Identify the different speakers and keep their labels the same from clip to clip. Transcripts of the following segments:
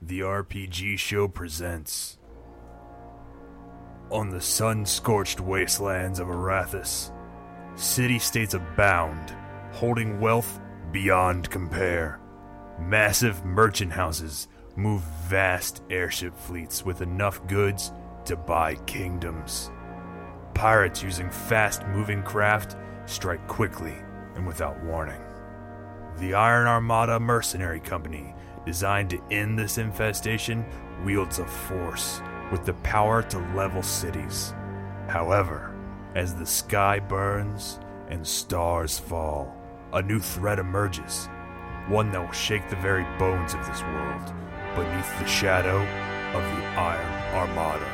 Speaker 1: the RPG Show presents. On the sun scorched wastelands of Arathis, city states abound, holding wealth beyond compare. Massive merchant houses move vast airship fleets with enough goods to buy kingdoms. Pirates using fast moving craft strike quickly and without warning. The Iron Armada Mercenary Company, designed to end this infestation, wields a force with the power to level cities. However, as the sky burns and stars fall, a new threat emerges. One that will shake the very bones of this world beneath the shadow of the Iron Armada.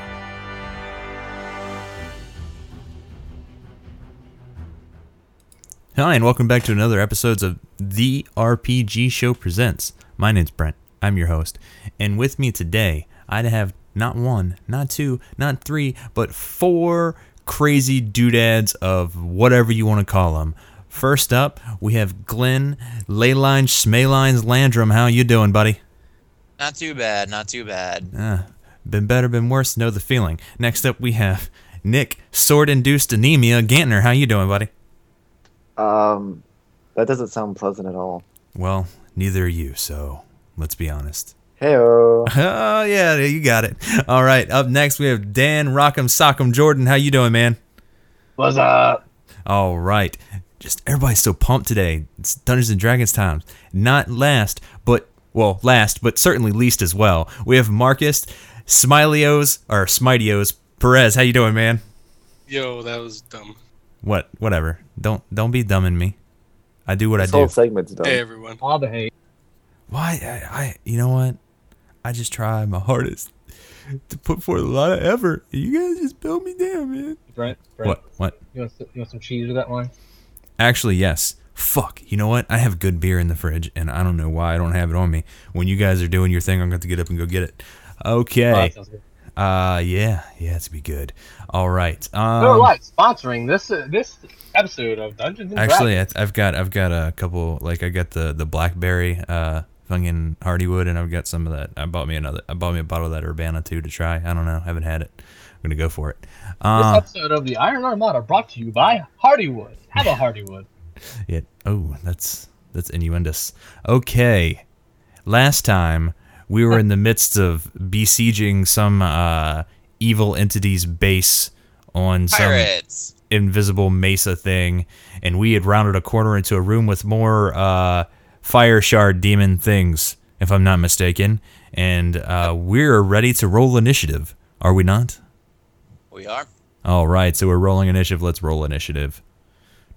Speaker 2: Hi, and welcome back to another episode of The RPG Show Presents. My name's Brent. I'm your host. And with me today, I'd have not one, not two, not three, but four crazy doodads of whatever you want to call them. First up, we have Glenn Leyline Schmalines Landrum. How you doing, buddy?
Speaker 3: Not too bad, not too bad.
Speaker 2: Uh, been better, been worse, know the feeling. Next up, we have Nick Sword-Induced Anemia Gantner. How you doing, buddy?
Speaker 4: Um, that doesn't sound pleasant at all.
Speaker 2: Well, neither are you, so let's be honest.
Speaker 4: Heyo.
Speaker 2: Oh yeah, you got it. All right, up next we have Dan Rock'em Sock'em Jordan. How you doing, man?
Speaker 5: What's up?
Speaker 2: All right, just everybody's so pumped today. It's Dungeons and Dragons time. Not last, but well, last but certainly least as well. We have Marcus Smilios or Smitios Perez. How you doing, man?
Speaker 6: Yo, that was dumb.
Speaker 2: What? Whatever. Don't don't be dumbing me. I do what
Speaker 4: This
Speaker 2: I do.
Speaker 4: whole segment's done.
Speaker 6: Hey, everyone.
Speaker 5: All the hate.
Speaker 2: Why? I, I you know what? I just try my hardest to put forth a lot of effort. You guys just build me down, man.
Speaker 5: Brent, Brent,
Speaker 2: What? What?
Speaker 5: You, want, you want some cheese with that one?
Speaker 2: Actually, yes. Fuck. You know what? I have good beer in the fridge, and I don't know why I don't have it on me. When you guys are doing your thing, I'm going to get up and go get it.
Speaker 5: Oh, that
Speaker 2: Okay.
Speaker 5: sounds good.
Speaker 2: Uh, yeah, yeah, it's be good. All right.
Speaker 5: Miller
Speaker 2: Um,
Speaker 5: Lite sponsoring this uh, this episode of Dungeons and Dragons.
Speaker 2: actually, I, I've got I've got a couple. Like I got the the blackberry uh fucking Hardywood, and I've got some of that. I bought me another. I bought me a bottle of that Urbana too to try. I don't know. haven't had it. I'm gonna go for it.
Speaker 5: This
Speaker 2: Um,
Speaker 5: episode of the Iron Armada brought to you by Hardywood. Have a Hardywood.
Speaker 2: It. Oh, that's that's innuendous. Okay. Last time we were in the midst of besieging some uh, evil entity's base on some
Speaker 3: Pirates.
Speaker 2: invisible mesa thing, and we had rounded a corner into a room with more uh, fire shard demon things, if I'm not mistaken. And uh, we're ready to roll initiative, are we not?
Speaker 3: We are.
Speaker 2: All right, so we're rolling initiative. Let's roll initiative.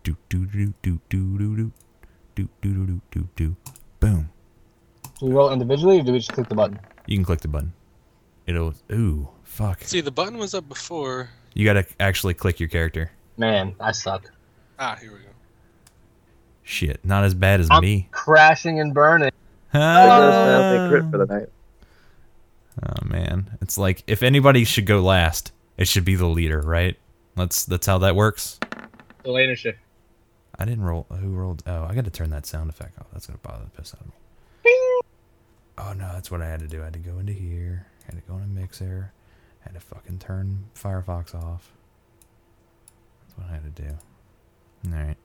Speaker 2: Do do do do do do do do do do do do do. Boom.
Speaker 5: Do we roll it individually or do we just click the button?
Speaker 2: You can click the button. It'll. Ooh, fuck.
Speaker 6: See, the button was up before.
Speaker 2: You gotta actually click your character.
Speaker 5: Man, I suck.
Speaker 6: Ah, here we go.
Speaker 2: Shit, not as bad as
Speaker 5: I'm
Speaker 2: me.
Speaker 5: crashing and burning.
Speaker 4: There goes my only crit for the night.
Speaker 2: Oh man, it's like if anybody should go last, it should be the leader, right? That's that's how that works.
Speaker 5: The later shift.
Speaker 2: I didn't roll. Who rolled? Oh, I got to turn that sound effect off. That's gonna bother the piss out of me. Oh no, that's what I had to do. I had to go into here. Had to go into mixer. Had to fucking turn Firefox off. That's what I had to do. All right,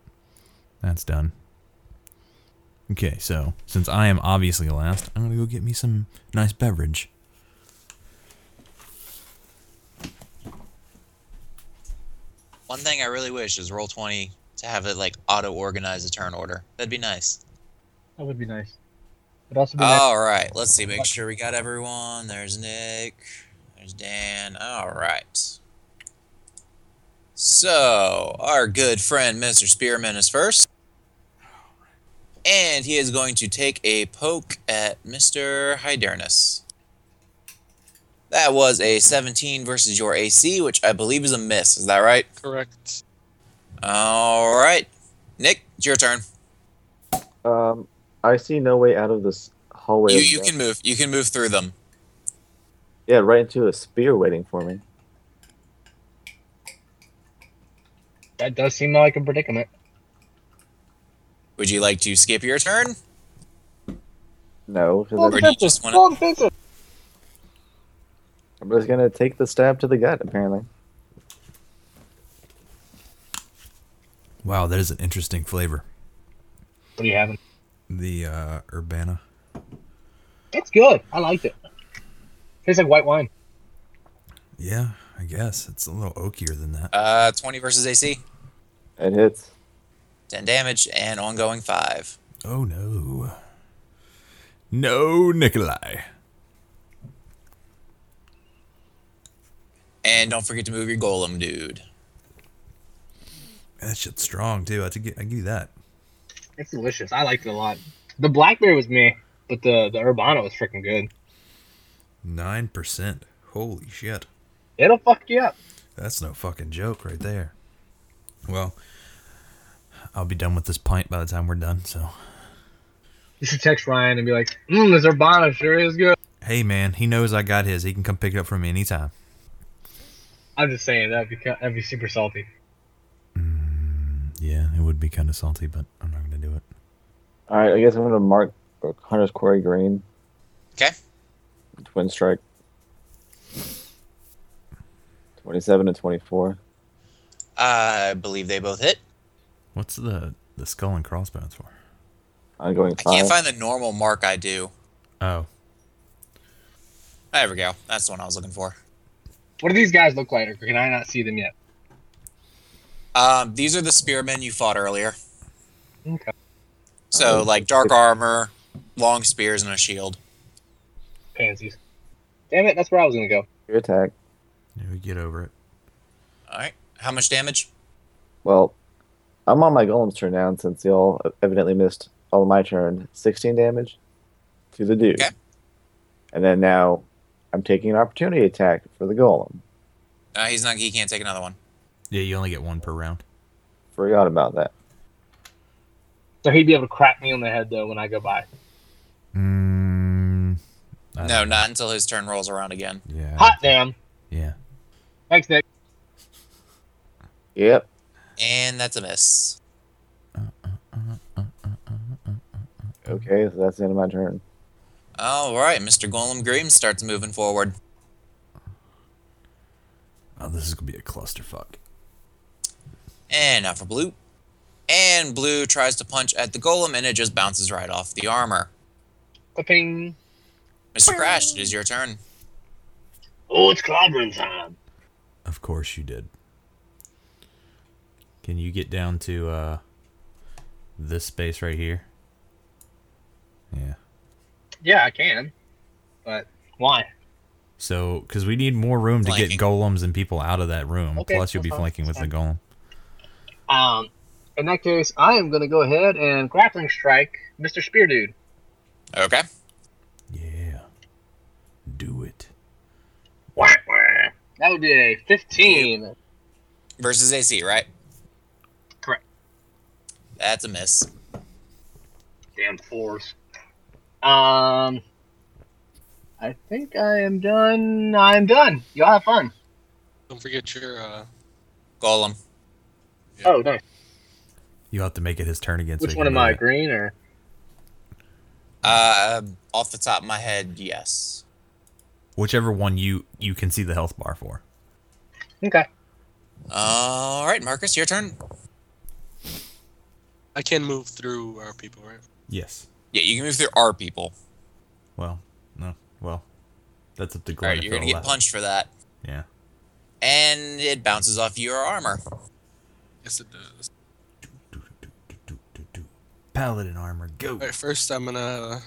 Speaker 2: that's done. Okay, so since I am obviously last, I'm gonna go get me some nice beverage.
Speaker 3: One thing I really wish is roll twenty to have it like auto organize a turn order. That'd be nice.
Speaker 5: That would be nice. It'd also be nice.
Speaker 3: All right, let's see. Make sure we got everyone. There's Nick. There's Dan. All right. So our good friend Mr. Spearman is first, and he is going to take a poke at Mr. Hydernus. That was a 17 versus your AC, which I believe is a miss. Is that right?
Speaker 6: Correct.
Speaker 3: All right, Nick, it's your turn.
Speaker 4: Um, I see no way out of this hallway.
Speaker 3: You
Speaker 4: of
Speaker 3: you
Speaker 4: death.
Speaker 3: can move. You can move through them.
Speaker 4: Yeah, right into a spear waiting for me.
Speaker 5: That does seem like a predicament.
Speaker 3: Would you like to skip your turn?
Speaker 5: Full
Speaker 4: No, because
Speaker 3: Or do you
Speaker 5: defensive.
Speaker 3: just wanna-
Speaker 5: Full defensive.
Speaker 4: I'm just gonna take the stab to the gut. Apparently,
Speaker 2: Wow, that is an interesting flavor.
Speaker 5: What do you having?
Speaker 2: The uh, Urbana.
Speaker 5: It's good. I liked it. Tastes like white wine.
Speaker 2: Yeah, I guess it's a little oakier than that.
Speaker 3: Uh, 20 versus AC,
Speaker 4: it hits.
Speaker 3: 10 damage, and ongoing 5.
Speaker 2: Oh no. No, Nikolai.
Speaker 3: And don't forget to move your golem, dude.
Speaker 2: That shit's strong too. I give, I give you that.
Speaker 5: It's delicious. I liked it a lot. The blackberry was meh, but the the urbano was freaking good.
Speaker 2: Nine percent. Holy shit.
Speaker 5: It'll fuck you up.
Speaker 2: That's no fucking joke right there. Well, I'll be done with this pint by the time we're done. So,
Speaker 5: You should text Ryan and be like, "Mmm, this urbano sure is good."
Speaker 2: hey man, he knows I got his. He can come pick it up from me anytime.
Speaker 5: I'm just saying that'd be that'd be super salty.
Speaker 2: Yeah, it would be kind of salty, but I'm not gonna do it.
Speaker 4: All right, I guess I'm gonna mark Hunter's Quarry Green,
Speaker 3: Okay?
Speaker 4: Twin Strike, twenty-seven to twenty-four.
Speaker 3: I believe they both hit.
Speaker 2: What's the the skull and crossbones for?
Speaker 4: Ongoing
Speaker 3: I
Speaker 4: five.
Speaker 3: can't find the normal mark I do.
Speaker 2: Oh,
Speaker 3: There we go. That's the one I was looking for.
Speaker 5: What do these guys look like, or can I not see them yet?
Speaker 3: Um, these are the spearmen you fought earlier.
Speaker 5: Okay.
Speaker 3: So,
Speaker 4: Oh.
Speaker 3: like dark armor, long spears, and a shield.
Speaker 5: Pansies. Damn it, that's where I was gonna go.
Speaker 4: Your attack.
Speaker 2: yeah, we get over it.
Speaker 3: All right. How much damage?
Speaker 4: Well, I'm on my golem's turn now, and since y'all evidently missed all of my turn, 16 damage to the dude.
Speaker 3: Okay.
Speaker 4: And then now I'm taking an opportunity attack for the golem.
Speaker 3: Uh, he's not. He can't take another one.
Speaker 2: Yeah, you only get one per round.
Speaker 4: Forgot about that.
Speaker 5: So he'd be able to crack me on the head though when I go by.
Speaker 2: Mm, I
Speaker 3: No,
Speaker 2: don't-
Speaker 3: not until his turn rolls around again.
Speaker 2: Yeah.
Speaker 5: Hot damn!
Speaker 2: Yeah.
Speaker 5: Thanks, Nick.
Speaker 4: Yep.
Speaker 3: And that's a miss.
Speaker 4: Okay, so that's the end of my turn.
Speaker 3: All right, Mr. Golem Green starts moving forward.
Speaker 2: Oh, this is gonna be a clusterfuck.
Speaker 3: And now for Blue. And Blue tries to punch at the golem, and it just bounces right off the armor.
Speaker 5: Ping.
Speaker 3: Mr. Crash, it is your turn.
Speaker 5: Oh, it's clobbering time.
Speaker 2: Of course you did. Can you get down to uh, this space right here? Yeah.
Speaker 5: Yeah, I can. But why?
Speaker 2: So, because we need more room to
Speaker 3: Flanking.
Speaker 2: get golems and people out of that room.
Speaker 5: Okay,
Speaker 2: Plus, you'll be
Speaker 5: that's fine,
Speaker 2: flanking with
Speaker 5: that's
Speaker 2: the golem.
Speaker 5: Um, in that case, I am gonna go ahead and grappling strike Mr. Spear Dude.
Speaker 3: Okay.
Speaker 2: Yeah. Do it.
Speaker 5: Wah, wah. That would be a 15.
Speaker 3: Versus AC, right?
Speaker 5: Correct.
Speaker 3: That's a miss.
Speaker 5: Damn fours. Um, I think I am done. I'm done. Y'all have fun.
Speaker 6: Don't forget your uh,
Speaker 3: Golem.
Speaker 6: Yeah.
Speaker 5: Oh, nice.
Speaker 2: You have to make it his turn again. so
Speaker 5: Which
Speaker 2: he
Speaker 5: one
Speaker 2: can
Speaker 5: am
Speaker 2: do
Speaker 5: I?
Speaker 2: that.
Speaker 5: Green or?
Speaker 3: Uh, off the top of my head, yes.
Speaker 2: Whichever one you you can see the health bar for.
Speaker 5: Okay.
Speaker 3: All right, Marcus, your turn.
Speaker 6: I can move through our people, right?
Speaker 2: Yes.
Speaker 3: Yeah, you can move through our people.
Speaker 2: Well, no. Well, that's up to
Speaker 3: All
Speaker 2: Glenn.
Speaker 3: right,
Speaker 2: if
Speaker 3: you're gonna
Speaker 2: he'll
Speaker 3: get
Speaker 2: allow it.
Speaker 3: punched for that,
Speaker 2: Yeah.
Speaker 3: and it bounces off your armor.
Speaker 6: Yes, it does.
Speaker 2: Do, do, do, do, do, do. Paladin armor, go.
Speaker 6: All right, first I'm gonna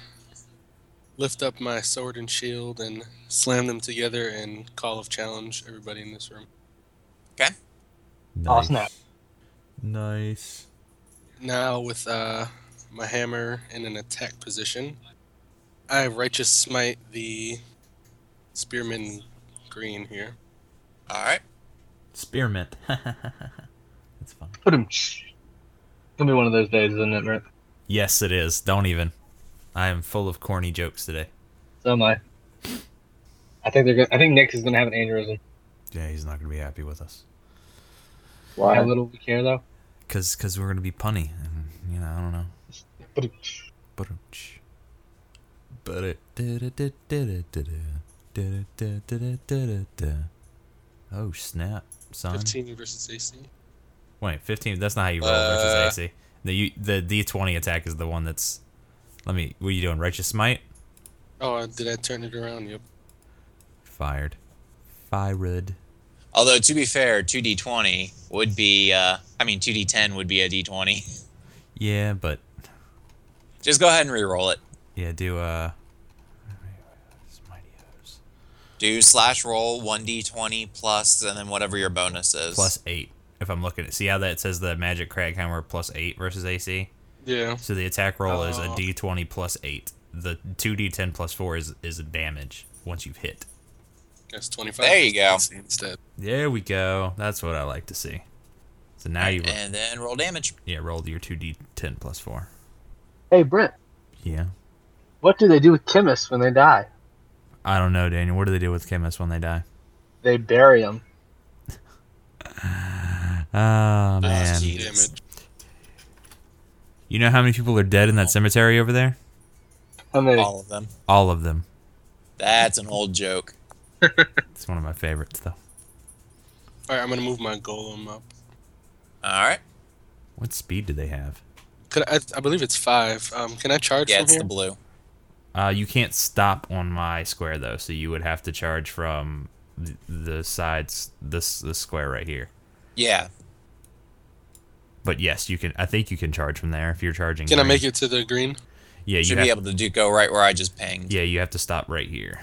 Speaker 6: lift up my sword and shield and slam them together and call of challenge everybody in this room.
Speaker 5: Oh, snap.
Speaker 2: Nice.
Speaker 6: Now with uh, my hammer in an attack position, I righteous smite the spearman green here.
Speaker 3: All right,
Speaker 2: Spearmint. That's fun.
Speaker 5: Put him. It's gonna be one of those days, isn't it, Mert?
Speaker 2: Yes, it is. Don't even. I am full of corny jokes today.
Speaker 5: So am I. I think they're. Gonna, I think Nick is gonna have an aneurysm.
Speaker 2: Yeah, he's not gonna be happy with us.
Speaker 5: How
Speaker 4: Why?
Speaker 5: little we care though.
Speaker 2: Cause, cause we're gonna be punny, and you know, I don't know.
Speaker 5: But
Speaker 2: Ba-dum-tsh. Ba-da-da-da-da-da-da. Da-da-da-da-da-da-da. Oh snap, son!
Speaker 6: 15 versus AC.
Speaker 2: Wait, fifteen. That's not how you roll
Speaker 3: Uh.
Speaker 2: versus AC. The you, the D twenty attack is the one that's. Let me. What are you doing? Righteous smite.
Speaker 6: Oh, uh, did I turn it around? Yep.
Speaker 2: Fired. Fired.
Speaker 3: Although to be fair, two D twenty would be uh, I mean two D ten would be a D twenty.
Speaker 2: Yeah, but
Speaker 3: Just go ahead and re-roll it.
Speaker 2: yeah, do uh. Mighty O's.
Speaker 3: Do slash roll one D twenty plus and then whatever your bonus is.
Speaker 2: Plus eight. If I'm looking at, see how that says the magic crack hammer plus eight versus AC.
Speaker 6: Yeah.
Speaker 2: So the attack roll is a
Speaker 6: Oh.
Speaker 2: D20 plus eight. The two D10 plus four is is a damage once you've hit.
Speaker 6: Guess 25.
Speaker 3: There you go.
Speaker 6: Instead.
Speaker 2: There we go. That's what I like to see. So now you ro-
Speaker 3: And then roll damage.
Speaker 2: yeah roll your two D10 plus four.
Speaker 5: Hey, Brent,
Speaker 2: Yeah.
Speaker 5: what do they do with chemists when they die?
Speaker 2: I don't know, Daniel. What do they do with chemists when they die?
Speaker 5: They bury them.
Speaker 2: Oh man.
Speaker 3: gee.
Speaker 6: Damage.
Speaker 2: You know how many people are dead in that cemetery over there?
Speaker 5: How many?
Speaker 3: All of them.
Speaker 2: All of them.
Speaker 3: That's an old joke.
Speaker 2: It's one of my favorites though.
Speaker 6: All right, I'm gonna move my golem up.
Speaker 3: All right.
Speaker 2: What speed do they have?
Speaker 6: Could I? I believe it's five. Um, can I charge
Speaker 3: Yeah,
Speaker 6: from
Speaker 3: it's
Speaker 6: here?
Speaker 3: the blue.
Speaker 2: Uh, you can't stop on my square though, so you would have to charge from th- the sides this this square right here.
Speaker 3: Yeah.
Speaker 2: But yes, you can. I think you can charge from there if you're charging.
Speaker 6: can I
Speaker 2: green.
Speaker 6: make it to the green?
Speaker 2: Yeah, you
Speaker 3: Should
Speaker 2: have,
Speaker 3: be able to do go right where I just pinged.
Speaker 2: Yeah, you have to stop right here.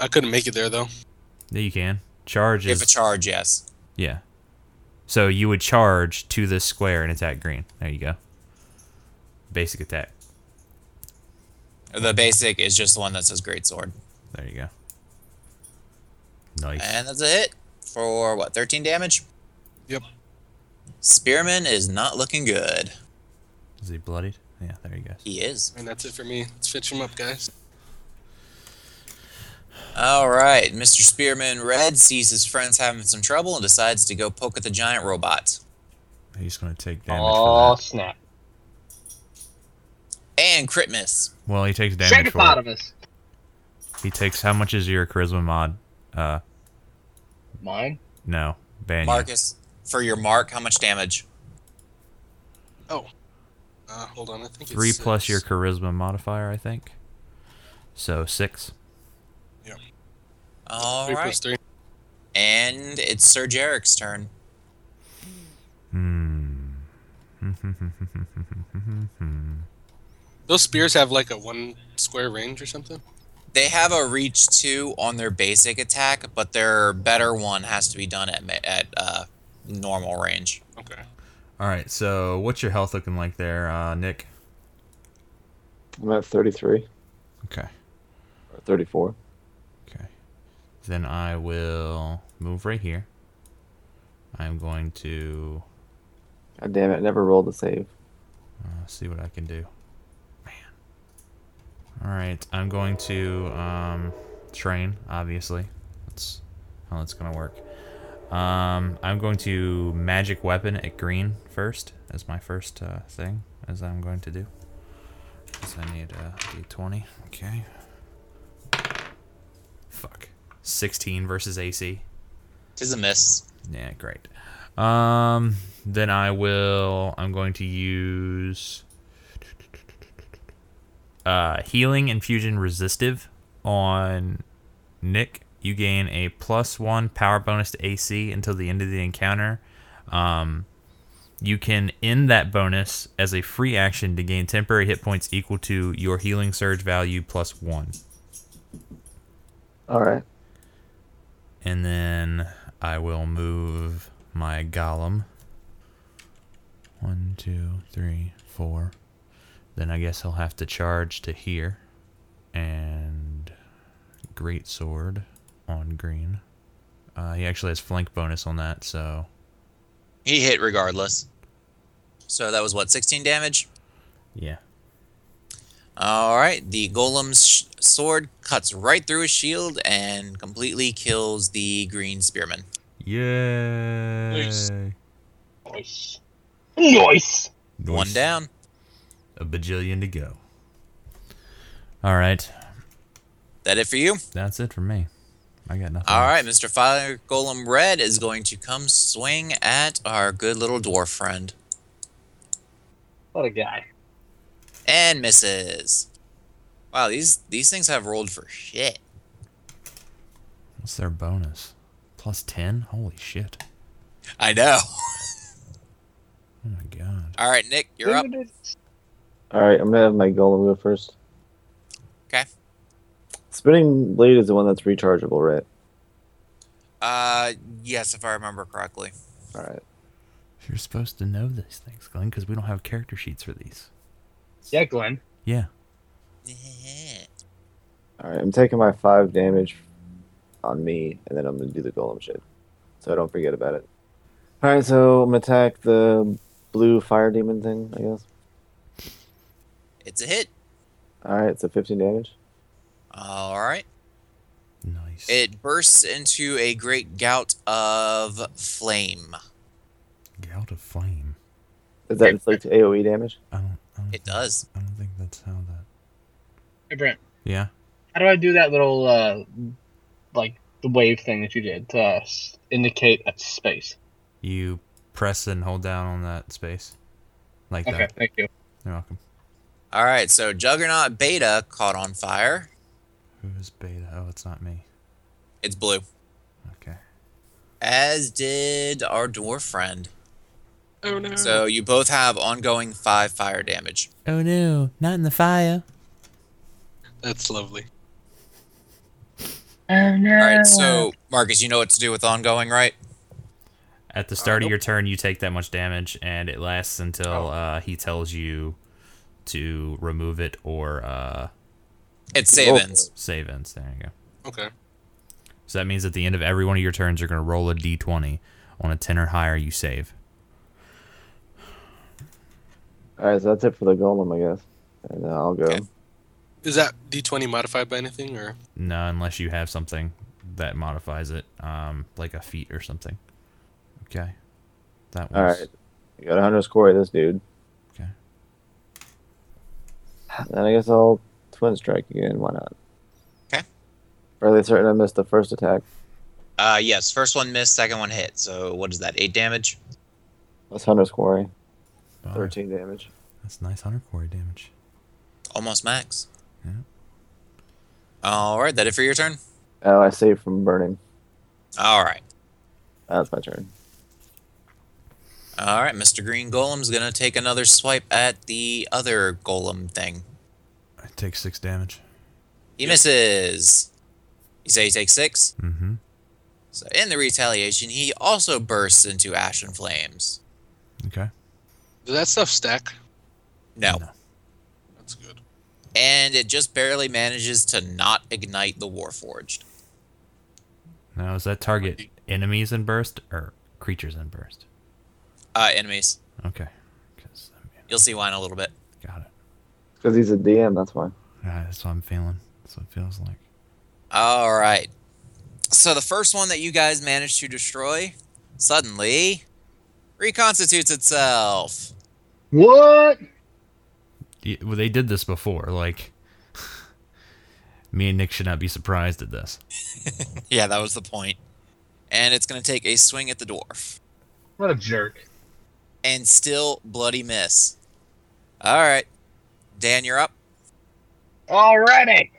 Speaker 6: I couldn't make it there though.
Speaker 2: Yeah, you can charge.
Speaker 3: If
Speaker 2: Is,
Speaker 3: a charge, yes.
Speaker 2: yeah. So you would charge to this square and attack green. There you go. Basic attack.
Speaker 3: The basic is just the one that says great sword.
Speaker 2: There you go. Nice.
Speaker 6: Uh,
Speaker 3: And that's a hit for what, 13 damage?
Speaker 6: Yep.
Speaker 3: Spearman is not looking good.
Speaker 2: Is he bloodied? Yeah, there you go.
Speaker 3: He is.
Speaker 6: And that's it for me. Let's fetch him up, guys.
Speaker 3: All right, Mr. Spearman Red sees his friends having some trouble and decides to go poke at the giant robot.
Speaker 2: He's gonna take damage
Speaker 5: Oh,
Speaker 2: for that.
Speaker 5: snap.
Speaker 3: And crit miss.
Speaker 2: Well, he takes damage
Speaker 5: Shake it
Speaker 2: for it.
Speaker 5: out of us.
Speaker 2: He takes how much is your charisma mod? Uh,
Speaker 5: Mine?
Speaker 2: no, Banyan.
Speaker 3: Marcus, for your mark, how much damage?
Speaker 6: Uh, hold on. I think
Speaker 2: Three
Speaker 6: it's
Speaker 2: plus
Speaker 6: six.
Speaker 2: your charisma modifier, I think. So six.
Speaker 3: All
Speaker 6: Three
Speaker 3: right.
Speaker 6: plus three.
Speaker 3: And it's Sir Jarek's turn.
Speaker 2: Hmm.
Speaker 6: Those spears have like a one square range or something.
Speaker 3: They have a reach two on their basic attack, but their better one has to be done at ma- at uh, normal range.
Speaker 6: Okay.
Speaker 2: All right. So what's your health looking like there, uh, Nick?
Speaker 4: I'm at 33
Speaker 2: Okay.
Speaker 4: or 34.
Speaker 2: Okay. Then I will move right here. I'm going to
Speaker 4: God damn it, I never rolled a save.
Speaker 2: uh, see what I can do. Man. All right. I'm going to um, train. Obviously, that's how that's gonna work. Um, I'm going to magic weapon at green first as my first uh, thing, as I'm going to do. 'Cause I need a d20. Okay. Fuck. 16 versus AC.
Speaker 3: Tis a miss.
Speaker 2: Yeah, great. Um, then I will. I'm going to use uh, healing infusion resistive on Nick. You gain a plus one power bonus to AC until the end of the encounter. Um, you can end that bonus as a free action to gain temporary hit points equal to your healing surge value plus one.
Speaker 4: All right.
Speaker 2: And then I will move my golem. One, two, three, four. Then I guess I'll have to charge to here. And great sword on green. Uh, he actually has flank bonus on that, so
Speaker 3: He hit regardless. So that was what 16 damage.
Speaker 2: yeah.
Speaker 3: All right, the golem's sh- sword cuts right through his shield and completely kills the green spearman.
Speaker 2: Yay!
Speaker 6: Nice.
Speaker 5: Nice. Nice!
Speaker 3: One down.
Speaker 2: A bajillion to go. All All right.
Speaker 3: That it for you?
Speaker 2: That's it for me. I got nothing.
Speaker 3: All right, Mr. Fire Golem Red is going to come swing at our good little dwarf friend
Speaker 5: What a guy.
Speaker 3: and misses. Wow, these these things have rolled for shit.
Speaker 2: What's their bonus? Plus 10? Holy shit.
Speaker 3: I know.
Speaker 2: Oh my god.
Speaker 3: All right, Nick, you're up.
Speaker 4: All right, I'm gonna have my golem go first.
Speaker 3: Okay.
Speaker 4: Spinning blade is the one that's rechargeable, right?
Speaker 3: Uh, yes, if I remember correctly.
Speaker 4: All right.
Speaker 2: You're supposed to know these things, Glenn, because we don't have character sheets for these.
Speaker 5: Yeah, Glenn.
Speaker 2: Yeah.
Speaker 4: All right. I'm taking my five damage on me, and then I'm gonna do the golem shit, so I don't forget about it. All right, so I'm gonna attack the blue fire demon thing, I guess.
Speaker 3: It's a hit.
Speaker 4: All right, so 15 damage.
Speaker 3: All right.
Speaker 2: Nice.
Speaker 3: It bursts into a great gout of flame.
Speaker 2: Gout of flame.
Speaker 4: Is that inflict AOE E damage?
Speaker 2: I don't, I don't
Speaker 3: It
Speaker 2: think-
Speaker 3: does.
Speaker 2: I don't think that's how that.
Speaker 5: Hey, Brent.
Speaker 2: Yeah.
Speaker 5: How do I do that little, uh, like, the wave thing that you did to uh, s- indicate a space?
Speaker 2: You press and hold down on that space. Like
Speaker 5: Okay,
Speaker 2: that.
Speaker 5: thank you.
Speaker 2: You're welcome.
Speaker 3: All right, so Juggernaut Beta caught on fire.
Speaker 2: Who's beta? Oh, it's not me.
Speaker 3: It's blue.
Speaker 2: Okay.
Speaker 3: As did our dwarf friend.
Speaker 6: Oh no.
Speaker 3: So you both have ongoing five fire damage.
Speaker 2: Oh no, not in the fire.
Speaker 6: That's lovely.
Speaker 5: Oh, no.
Speaker 3: All right, so Marcus, you know what to do with ongoing, right?
Speaker 2: At the
Speaker 3: Uh,
Speaker 2: start of your turn, you take that much damage, and it lasts until
Speaker 3: Oh.
Speaker 2: uh, he tells you to remove it or uh,
Speaker 3: It's save ends.
Speaker 2: save ends. There you go.
Speaker 6: Okay.
Speaker 2: So that means at the end of every one of your turns, you're going to roll a d20. On a 10 or higher, you save.
Speaker 4: All right, so that's it for the golem, I guess. And uh, I'll go.
Speaker 3: Okay.
Speaker 6: Is that D20 modified by anything or?
Speaker 2: No, unless you have something that modifies it, um, like a feat or something. Okay. That
Speaker 4: All
Speaker 2: was
Speaker 4: right. I got to underscore this dude.
Speaker 2: Okay.
Speaker 4: Then I guess I'll twin strike again. Why not?
Speaker 3: 'Kay.
Speaker 4: Fairly certain I missed the first attack.
Speaker 3: Uh, yes, first one missed, second one hit. So what is that? Eight damage.
Speaker 4: That's underscoring.
Speaker 2: Wow,
Speaker 4: 13 damage.
Speaker 2: That's nice hunter quarry damage.
Speaker 3: Almost max.
Speaker 2: Yeah.
Speaker 3: All right, that it for your turn?
Speaker 4: Oh, I saved from burning.
Speaker 3: All right.
Speaker 4: That's my turn.
Speaker 3: All right, Mr. Green Golem's going to take another swipe at the other golem thing.
Speaker 2: I take six damage.
Speaker 3: He misses. You say he takes six?
Speaker 2: Mm-hmm.
Speaker 3: So in the retaliation, he also bursts into ash and flames.
Speaker 2: Okay.
Speaker 6: Does that stuff stack?
Speaker 3: No.
Speaker 2: No.
Speaker 6: That's good.
Speaker 3: And it just barely manages to not ignite the Warforged.
Speaker 2: Now is that target enemies in burst or creatures in burst?
Speaker 3: Uh, enemies.
Speaker 2: Okay. 'Cause, I mean,
Speaker 3: You'll see why in a little bit.
Speaker 2: got it.
Speaker 4: Because he's a DM, that's why.
Speaker 2: Yeah, that's what I'm feeling. That's what it feels like.
Speaker 3: All right. So the first one that you guys managed to destroy suddenly reconstitutes itself.
Speaker 5: What?
Speaker 2: Y- well, they did this before. Like, me and Nick should not be surprised at this.
Speaker 3: Yeah, that was the point. And it's going to take a swing at the dwarf.
Speaker 5: What a jerk.
Speaker 3: And still bloody miss. All right. Dan, you're up.
Speaker 5: Alrighty.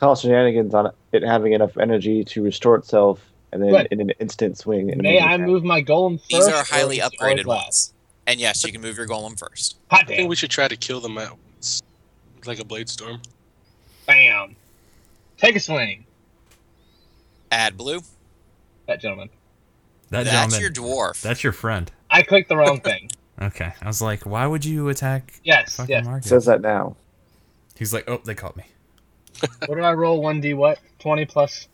Speaker 4: Call shenanigans on it having enough energy to restore itself and then
Speaker 5: But-
Speaker 4: in an instant swing. And
Speaker 5: May I move my golem first?
Speaker 3: These are
Speaker 5: or
Speaker 3: highly
Speaker 5: is it
Speaker 3: upgraded
Speaker 5: always last?
Speaker 3: ones. And yes, you can move your golem first.
Speaker 5: Hot
Speaker 6: I think
Speaker 5: damn.
Speaker 6: we should try to kill them at once, like a blade storm.
Speaker 5: Bam. Take a swing.
Speaker 3: Add blue.
Speaker 5: That gentleman.
Speaker 2: That
Speaker 3: That's
Speaker 2: gentleman-
Speaker 3: your dwarf.
Speaker 2: That's your friend.
Speaker 5: I clicked the wrong thing.
Speaker 2: Okay. I was like, why would you attack
Speaker 5: Yes,
Speaker 2: fucking
Speaker 5: yes.
Speaker 2: Marcus?
Speaker 4: Says that now.
Speaker 2: He's like, oh, they caught me.
Speaker 5: What do I roll? 1d what? 20 plus?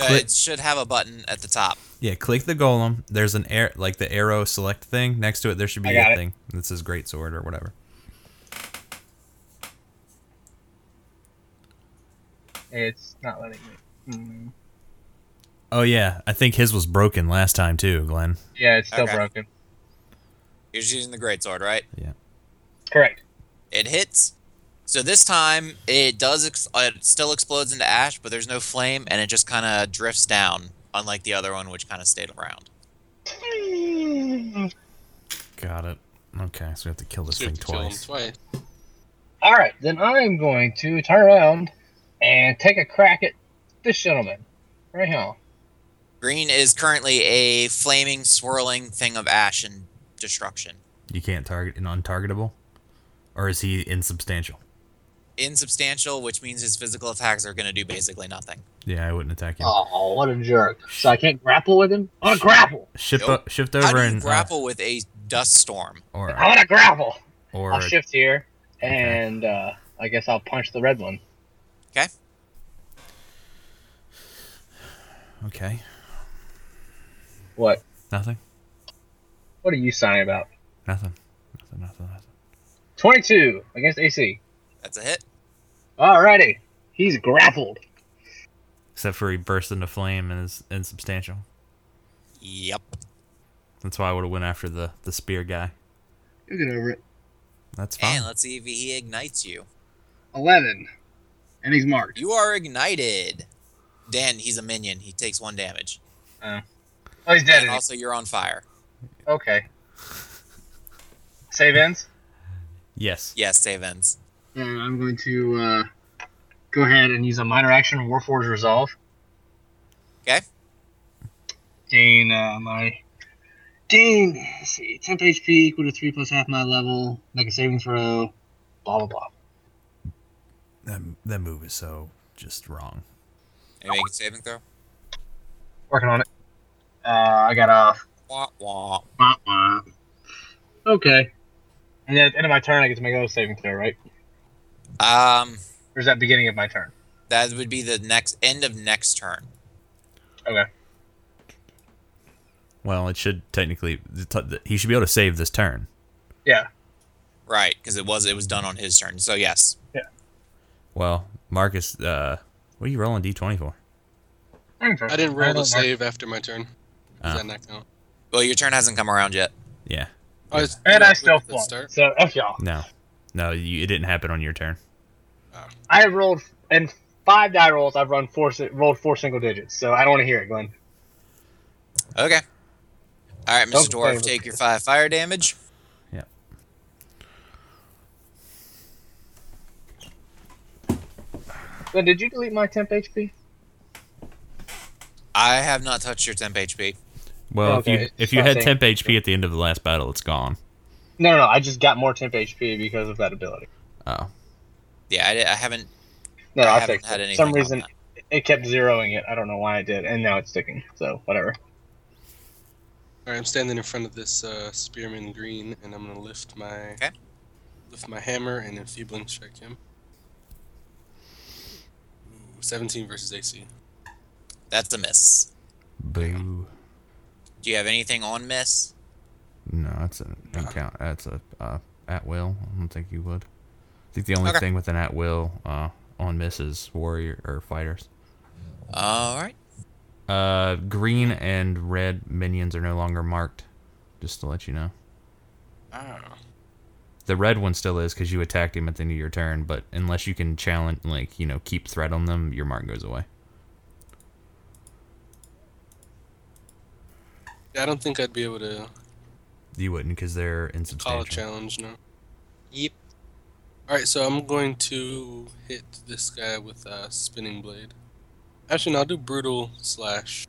Speaker 3: Uh,
Speaker 2: Click.
Speaker 3: it should have a button at the top.
Speaker 2: Yeah, click the golem. There's an air, like the arrow select thing next to it. There should be
Speaker 5: I got
Speaker 2: a
Speaker 5: it.
Speaker 2: thing that says great sword or whatever.
Speaker 5: It's not letting me. Mm.
Speaker 2: Oh yeah, I think his was broken last time too, Glenn.
Speaker 5: Yeah, it's still
Speaker 3: Okay.
Speaker 5: broken.
Speaker 3: You're just using the great sword, right?
Speaker 5: Correct.
Speaker 3: It hits. So this time it does ex- uh, it still explodes into ash, but there's no flame, and it just kind of drifts down, unlike the other one, which kind of stayed around.
Speaker 2: Got it. Okay, so we have to kill this
Speaker 6: So you
Speaker 2: thing
Speaker 6: have to kill him
Speaker 2: twice.
Speaker 6: twice.
Speaker 5: All right, then I'm going to turn around and take a crack at this gentleman right here.
Speaker 3: Green is currently a flaming, swirling thing of ash and destruction.
Speaker 2: You can't target an untargetable? Or is he insubstantial?
Speaker 3: Insubstantial, which means his physical attacks are going to do basically nothing.
Speaker 2: Yeah, I wouldn't attack him.
Speaker 5: Oh, what a jerk! So I can't grapple with him. I want to grapple.
Speaker 2: shift
Speaker 3: Yo.
Speaker 2: o- shift
Speaker 3: How
Speaker 2: over
Speaker 3: do you
Speaker 2: and uh,
Speaker 3: grapple with a dust storm?
Speaker 5: I
Speaker 2: or
Speaker 5: want to grapple.
Speaker 2: or
Speaker 5: I'll shift here, and uh, I guess I'll punch the red one.
Speaker 3: Okay,
Speaker 2: okay,
Speaker 5: What?
Speaker 2: nothing,
Speaker 5: What are you sighing about?
Speaker 2: nothing, nothing, nothing, nothing.
Speaker 5: Twenty-two against AC.
Speaker 3: that's a hit.
Speaker 5: Alrighty, he's grappled.
Speaker 2: Except for he burst into flame and is insubstantial.
Speaker 3: Yep.
Speaker 2: That's why I would have went after the the spear guy.
Speaker 5: You get over it.
Speaker 2: That's fine.
Speaker 3: And let's see if he ignites you.
Speaker 5: Eleven, and he's marked.
Speaker 3: You are ignited. Dan, he's a minion. He takes one damage.
Speaker 5: Oh, he's dead.
Speaker 3: And also, you're on fire.
Speaker 5: Okay. Save ends.
Speaker 2: Yes.
Speaker 3: Yes, save ends.
Speaker 5: And I'm going to uh, go ahead and use a minor action Warforged Resolve.
Speaker 3: Okay.
Speaker 5: Gain uh, my. Gain, let's see, temp HP equal to 3 plus half my level. Make a saving throw. Blah, blah, blah.
Speaker 2: That that move is so just wrong.
Speaker 3: Can you make a saving throw?
Speaker 5: Working on it. Uh, I got off.
Speaker 3: Wah, wah.
Speaker 5: Wah, wah. Okay. And then at the end of my turn, I get to make another saving throw, right?
Speaker 3: Um,
Speaker 5: Or is that beginning of my turn?
Speaker 3: that would be the next end of next turn.
Speaker 5: Okay.
Speaker 2: Well, it should technically he should be able to save this turn.
Speaker 5: Yeah.
Speaker 3: Right, because it was it was done on his turn. So yes,
Speaker 2: Well, Marcus, uh, what are you rolling d twenty for?
Speaker 6: I didn't roll the save after my turn. Does
Speaker 2: Ah.
Speaker 6: that not count?
Speaker 3: well your turn hasn't come around yet.
Speaker 2: Yeah.
Speaker 6: Oh, it's-
Speaker 5: And I still
Speaker 6: at the
Speaker 5: flunk.
Speaker 6: start.
Speaker 5: So, F y'all.
Speaker 2: No. No, you, it didn't happen on your turn.
Speaker 5: I have rolled in five die rolls. I've run four si- rolled four single digits, so I don't want to hear it, Glenn.
Speaker 3: Okay. All right, Mr.
Speaker 5: Okay.
Speaker 3: Dwarf, take your five fire damage.
Speaker 5: Glenn, did you delete my temp HP?
Speaker 3: I have not touched your temp HP.
Speaker 2: Well,
Speaker 5: Okay,
Speaker 2: if
Speaker 5: it's
Speaker 2: you if you had
Speaker 5: nothing.
Speaker 2: temp HP at the end of the last battle, it's gone.
Speaker 5: No, no, no. I just got more temp HP because of that ability.
Speaker 2: Oh,
Speaker 3: Yeah, I, di- I haven't.
Speaker 5: No,
Speaker 3: I
Speaker 5: I,
Speaker 3: haven't
Speaker 5: fixed
Speaker 3: had
Speaker 5: it.
Speaker 3: anything.
Speaker 5: For some
Speaker 3: on
Speaker 5: reason,
Speaker 3: that.
Speaker 5: it kept zeroing it. I don't know why it did, and now it's sticking. So whatever.
Speaker 6: All right, I'm standing in front of this uh, spearman green, and I'm gonna lift my
Speaker 3: Okay.
Speaker 6: lift my hammer and enfeebling strike him. Ooh, 17 versus AC.
Speaker 3: that's a miss.
Speaker 2: boo.
Speaker 3: Do you have anything on miss?
Speaker 2: No, that's an
Speaker 5: Ah.
Speaker 2: encounter. That's a uh, at will. I don't think you would. I think the only
Speaker 3: Okay.
Speaker 2: thing with an at will uh, on misses warrior or fighters.
Speaker 3: All right.
Speaker 2: Uh, green and red minions are no longer marked. Just to let you know,
Speaker 6: Ah.
Speaker 2: the red one still is because you attacked him at the end of your turn. But unless you can challenge, like you know, keep threat on them, your mark goes away.
Speaker 6: Yeah, I don't think I'd be able to
Speaker 2: You wouldn't because they're
Speaker 6: call a
Speaker 2: insubstantial.
Speaker 6: challenge now.
Speaker 3: Yep.
Speaker 6: All right, so I'm going to hit this guy with a spinning blade. Actually, no, I'll do brutal slash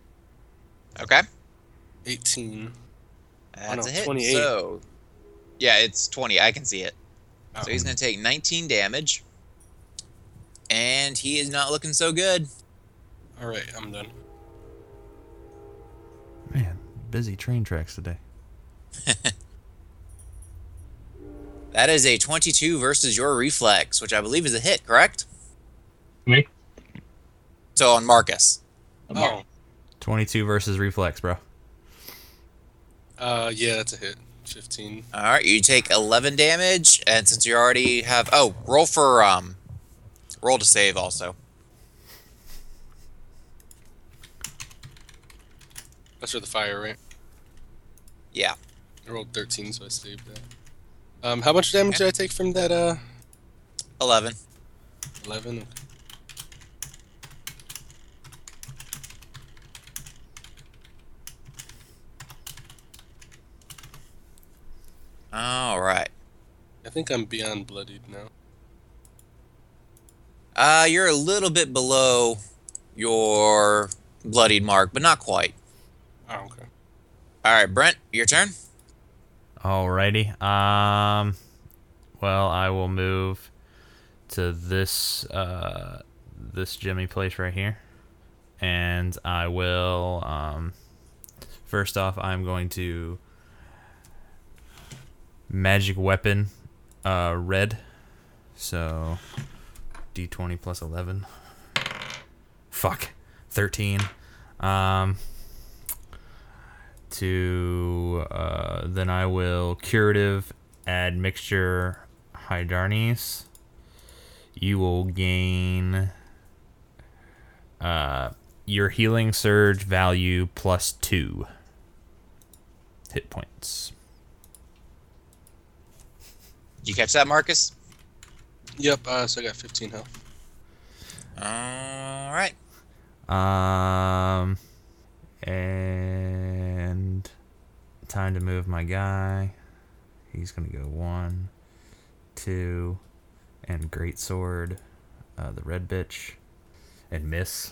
Speaker 3: Okay.
Speaker 6: 18.
Speaker 3: That's
Speaker 6: no,
Speaker 3: a hit.
Speaker 6: 28.
Speaker 3: So, yeah, it's 20. I can see it. So he's
Speaker 6: Um,
Speaker 3: going to take 19 damage. And he is not looking so good.
Speaker 6: All right, I'm done.
Speaker 2: Man, busy train tracks today.
Speaker 3: That is a 22 versus your reflex, which I believe is a hit, correct?
Speaker 5: Me?
Speaker 3: So on Marcus.
Speaker 6: Oh,
Speaker 2: Twenty-two versus reflex, bro.
Speaker 6: uh, yeah, that's a hit. 15.
Speaker 3: All right, you take 11 damage, and since you already have, oh, roll for um, roll to save also.
Speaker 6: That's for the fire, right?
Speaker 3: Yeah,
Speaker 6: I rolled 13, so I saved that. Um, how much damage did I take from that uh,
Speaker 3: Eleven.
Speaker 6: 11.
Speaker 3: All right.
Speaker 6: I think I'm beyond bloodied now.
Speaker 3: Uh, you're a little bit below your bloodied mark, but not quite.
Speaker 6: Oh, okay.
Speaker 3: All right, Brent, your turn.
Speaker 2: Alrighty. Um, well, I will move to this uh, this Jimmy place right here, and I will. Um, first off, I'm going to magic weapon, uh, red. So, d20 plus 11. Fuck, 13. Um, to uh, then I will curative add mixture hydarnes. You will gain uh, your healing surge value plus two hit points.
Speaker 3: Did you catch that, Marcus?
Speaker 6: Yep, uh, so I got 15 health.
Speaker 3: All right.
Speaker 2: Um, and time to move my guy. He's gonna go one, two, and great sword, uh, the red bitch, and miss.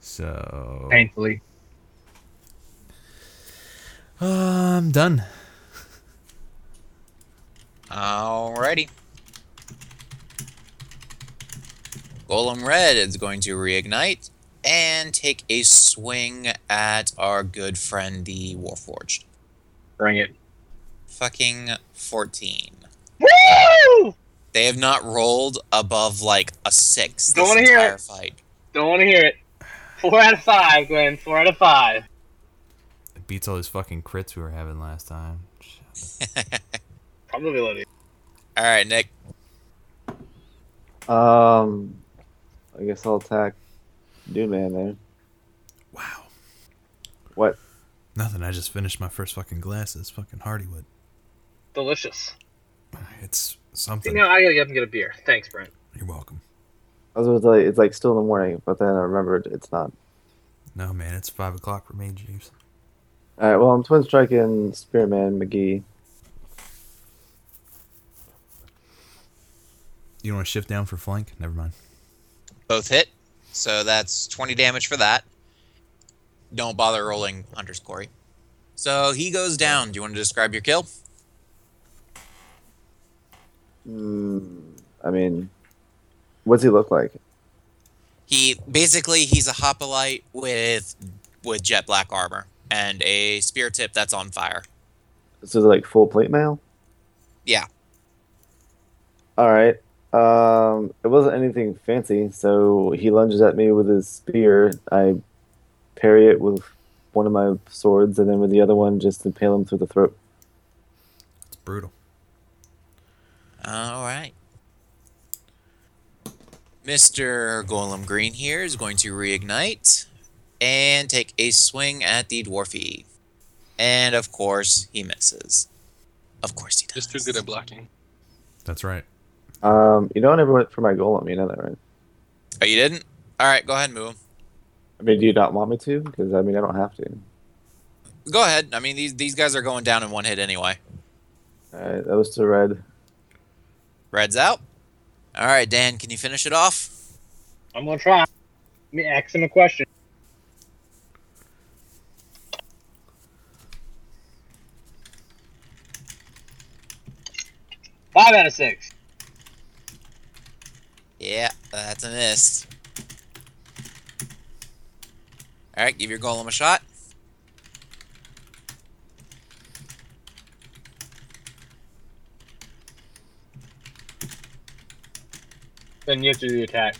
Speaker 2: So
Speaker 5: Painfully.
Speaker 2: I'm done.
Speaker 3: Alrighty. Golem Red is going to reignite and take a swing at our good friend, the Warforged.
Speaker 5: Bring it.
Speaker 3: Fucking 14.
Speaker 5: Woo!
Speaker 3: They have not rolled above like a six
Speaker 5: Don't
Speaker 3: this
Speaker 5: wanna hear
Speaker 3: entire
Speaker 5: it.
Speaker 3: fight.
Speaker 5: Don't want to hear it. Four out of five, Glenn. Four out of five.
Speaker 2: It beats all those fucking crits we were having last time.
Speaker 5: Probability.
Speaker 3: All right, Nick.
Speaker 4: Um, I guess I'll attack Doom Man there.
Speaker 2: Wow.
Speaker 4: What?
Speaker 2: Nothing. I just finished my first fucking glass. It's fucking Hardywood.
Speaker 5: Delicious.
Speaker 2: It's
Speaker 5: You
Speaker 2: something.
Speaker 5: know, I gotta get up and get a beer. Thanks, Brent.
Speaker 2: You're welcome.
Speaker 4: I was gonna tell you, it's like still in the morning, but then I remembered it's not.
Speaker 2: No, man, it's five o'clock for me, Jeeves.
Speaker 4: All right, well I'm twin striking Spearman McGee.
Speaker 2: You want to shift down for flank? Never mind.
Speaker 3: Both hit. So that's 20 damage for that. Don't bother rolling Hunter's Quarry. So he goes down. Do you want to describe your kill?
Speaker 4: Mm, I mean, what's he look like?
Speaker 3: He basically he's a hoplite with with jet black armor and a spear tip that's on fire.
Speaker 4: So is it like full plate mail?
Speaker 3: Yeah.
Speaker 4: All right. Um, it wasn't anything fancy, so he lunges at me with his spear. I parry it with one of my swords, and then with the other one, just impale him through the throat.
Speaker 2: It's brutal.
Speaker 3: All right. Mr. Golem Green here is going to reignite and take a swing at the dwarfy. And of course, he misses. Of course he does.
Speaker 6: Just too good at blocking.
Speaker 2: That's right.
Speaker 4: Um, you know, I never went for my golem. You know that, right?
Speaker 3: Oh, you didn't? All right, go ahead and move him.
Speaker 4: I mean, do you not want me to? Because I mean, I don't have to.
Speaker 3: Go ahead. I mean, these these guys are going down in one hit anyway.
Speaker 4: All right, that was to red.
Speaker 3: Red's out. All right, Dan, can you finish it off?
Speaker 5: I'm gonna try. Let me ask him a question. Five out of six.
Speaker 3: Yeah, that's a miss. All right, give your golem a shot.
Speaker 5: Then you have to do the attack.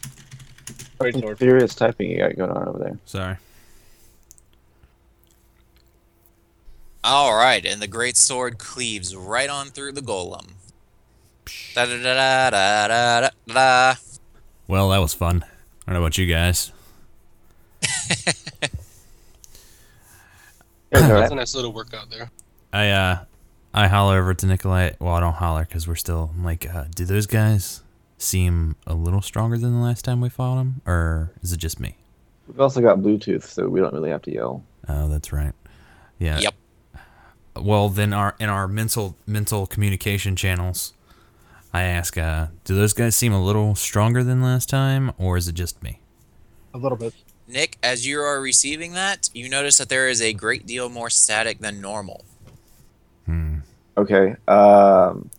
Speaker 5: Great
Speaker 4: Some
Speaker 5: sword.
Speaker 4: furious typing you got going on over there.
Speaker 2: Sorry.
Speaker 3: All right, and the great sword cleaves right on through the golem. Da da da da da da da. da.
Speaker 2: Well, that was fun. I don't know about you guys.
Speaker 4: All
Speaker 6: That's
Speaker 4: right.
Speaker 6: a nice little workout there.
Speaker 2: I uh, I holler over to Nikolai. Well, I don't holler because we're still I'm like, uh, do those guys seem a little stronger than the last time we fought them, or is it just me?
Speaker 4: We've also got Bluetooth, so we don't really have to yell.
Speaker 2: Oh, that's right. Yeah.
Speaker 3: Yep.
Speaker 2: Well, then our in our mental mental communication channels, I ask, uh, do those guys seem a little stronger than last time, or is it just me?
Speaker 5: A little bit.
Speaker 3: Nick, as you are receiving that, you notice that there is a great deal more static than normal.
Speaker 2: Hmm.
Speaker 4: Okay. Um,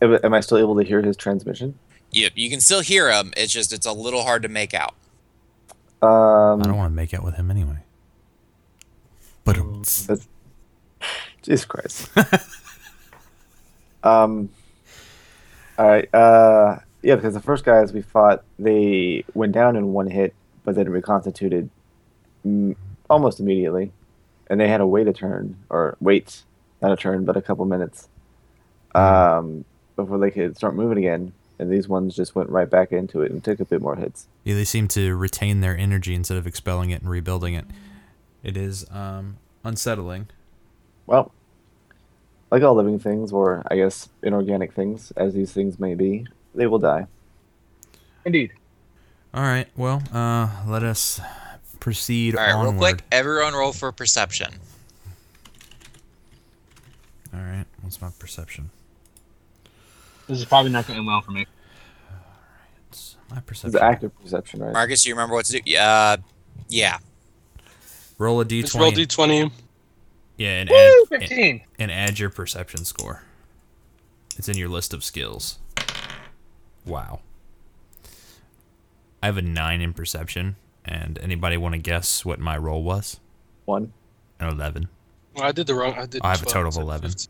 Speaker 4: am, am I still able to hear his transmission?
Speaker 3: Yep, you can still hear him. It's just it's a little hard to make out.
Speaker 4: Um,
Speaker 2: I don't want to make out with him anyway. But it's
Speaker 4: Jesus Christ. um, all right. Uh, yeah, because the first guys we fought, they went down in one hit, but then reconstituted mm, almost immediately, and they had to wait a turn or wait not a turn, but a couple minutes
Speaker 2: Mm.
Speaker 4: um, before they could start moving again. And these ones just went right back into it and took a bit more hits.
Speaker 2: yeah, they seem to retain their energy instead of expelling it and rebuilding it. It is um, unsettling.
Speaker 4: Well, like all living things, or I guess inorganic things, as these things may be, they will die.
Speaker 5: Indeed.
Speaker 2: All right. Well, uh, let us proceed
Speaker 3: All right,
Speaker 2: onward.
Speaker 3: real quick, everyone roll for perception.
Speaker 2: All right. What's my perception?
Speaker 5: This is probably not going to end well for me.
Speaker 2: It's my
Speaker 4: It's
Speaker 2: perception.
Speaker 4: the active perception, right?
Speaker 3: Marcus, you remember what to do? Uh, yeah.
Speaker 2: Roll a
Speaker 6: Just roll
Speaker 2: d20.
Speaker 6: d20.
Speaker 2: yeah, and
Speaker 5: Woo!
Speaker 2: add, and,
Speaker 5: 15!
Speaker 2: and add your perception score. It's in your list of skills. Wow. I have a nine in perception, and anybody want to guess what my roll was?
Speaker 4: One.
Speaker 2: An eleven.
Speaker 6: Well, I did the wrong. I did.
Speaker 2: I have a
Speaker 6: 12
Speaker 2: total of
Speaker 6: instead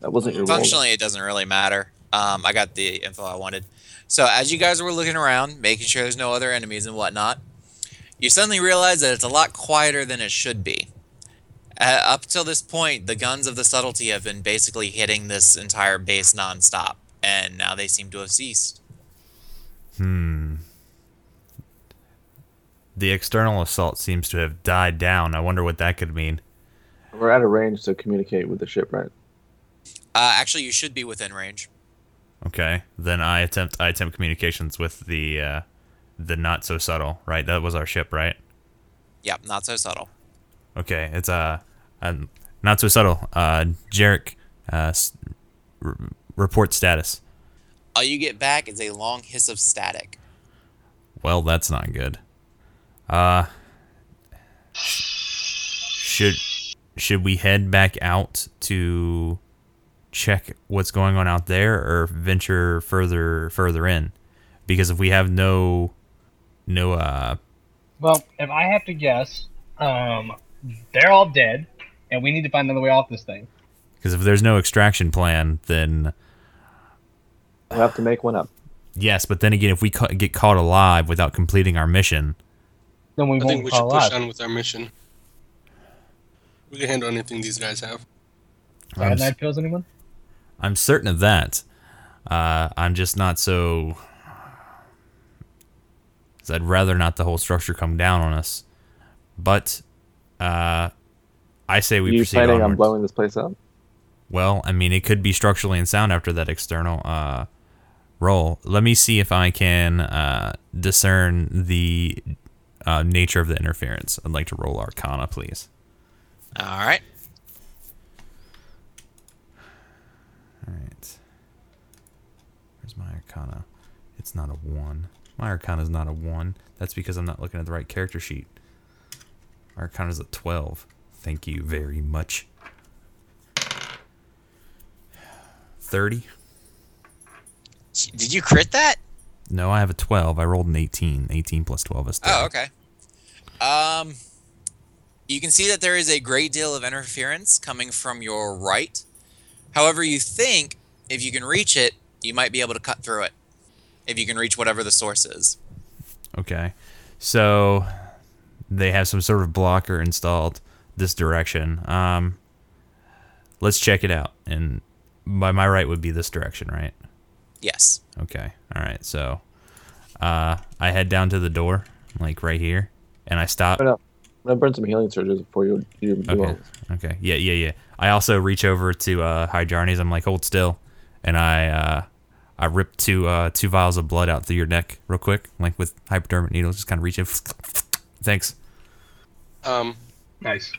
Speaker 2: 11.
Speaker 6: 15.
Speaker 4: That wasn't your role.
Speaker 3: Functionally, it doesn't really matter. Um, I got the info I wanted. So, as you guys were looking around, making sure there's no other enemies and whatnot, you suddenly realize that it's a lot quieter than it should be. Uh, up till this point, the guns of the subtlety have been basically hitting this entire base nonstop, and now they seem to have ceased.
Speaker 2: Hmm. The external assault seems to have died down. I wonder what that could mean.
Speaker 4: We're out of range to communicate with the ship, right?
Speaker 3: Uh, actually, you should be within range.
Speaker 2: Okay. Then I attempt I attempt communications with the uh, the not so subtle, right? That was our ship, right?
Speaker 3: Yep, not so subtle.
Speaker 2: Okay, it's uh, um, not so subtle. Uh, Jarek, uh, s- r- report status.
Speaker 3: All you get back is a long hiss of static.
Speaker 2: Well, that's not good. Uh, should should we head back out to check what's going on out there, or venture further further in? Because if we have no no uh
Speaker 5: Well, if I have to guess, um, they're all dead, and we need to find another way off this thing.
Speaker 2: because if there's no extraction plan, then
Speaker 4: We'll have to make one up.
Speaker 2: yes. But then again, if we ca- get caught alive without completing our mission,
Speaker 5: Then we
Speaker 6: I think
Speaker 5: won't
Speaker 6: we should
Speaker 5: call
Speaker 6: push
Speaker 5: out.
Speaker 6: on with our mission. We can handle anything these guys have.
Speaker 2: I'm
Speaker 5: Cyanide
Speaker 2: s-
Speaker 5: kills anyone?
Speaker 2: I'm certain of that. Uh, I'm just not so. 'cause I'd rather not the whole structure come down on us. But uh, I say we
Speaker 4: you
Speaker 2: proceed
Speaker 4: planning on
Speaker 2: onwards.
Speaker 4: blowing this place up?
Speaker 2: well, I mean, it could be structurally unsound after that external uh, roll. Let me see if I can uh, discern the uh, nature of the interference. I'd like to roll Arcana, please.
Speaker 3: All right.
Speaker 2: All right. Where's my arcana? It's not a one. My arcana's not a one. That's because I'm not looking at the right character sheet. My arcana's a 12. Thank you very much. 30?
Speaker 3: Did you crit that?
Speaker 2: No, I have a 12. I rolled an 18. 18 plus 12 is 30.
Speaker 3: Oh, okay. Um, you can see that there is a great deal of interference coming from your right. However, you think if you can reach it, you might be able to cut through it. If you can reach whatever the source is.
Speaker 2: Okay. So they have some sort of blocker installed this direction. Um, let's check it out. And by my right would be this direction, right?
Speaker 3: Yes.
Speaker 2: Okay. All right. So, uh, I head down to the door, like right here, and I stop.
Speaker 4: No, no. gonna burn some healing surges before you you do
Speaker 2: Okay.
Speaker 4: all-
Speaker 2: Okay. Yeah, yeah, yeah. I also reach over to uh High Journeys. I'm like, hold still, and I uh I rip two uh two vials of blood out through your neck real quick, like with hypodermic needles. Just kind of reach in. Thanks.
Speaker 6: Um,
Speaker 5: Nice.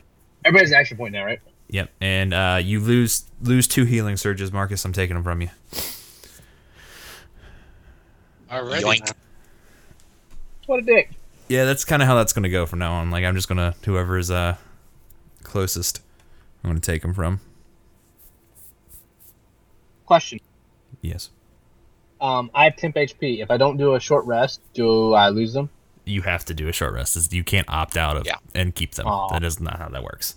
Speaker 5: Everybody's an action point now, right?
Speaker 2: Yep. And uh you lose lose two healing surges, Marcus. I'm taking them from you.
Speaker 6: alrighty.
Speaker 3: Yoink.
Speaker 5: What a dick.
Speaker 2: Yeah, that's kind of how that's gonna go from now on. Like I'm just gonna whoever is uh closest, I'm gonna take them from.
Speaker 5: Question.
Speaker 2: Yes.
Speaker 5: Um, I have temp HP. If I don't do a short rest, do I lose them?
Speaker 2: You have to do a short rest. It's- You can't opt out of
Speaker 3: Yeah.
Speaker 2: and keep them.
Speaker 5: Aw.
Speaker 2: That is not how that works.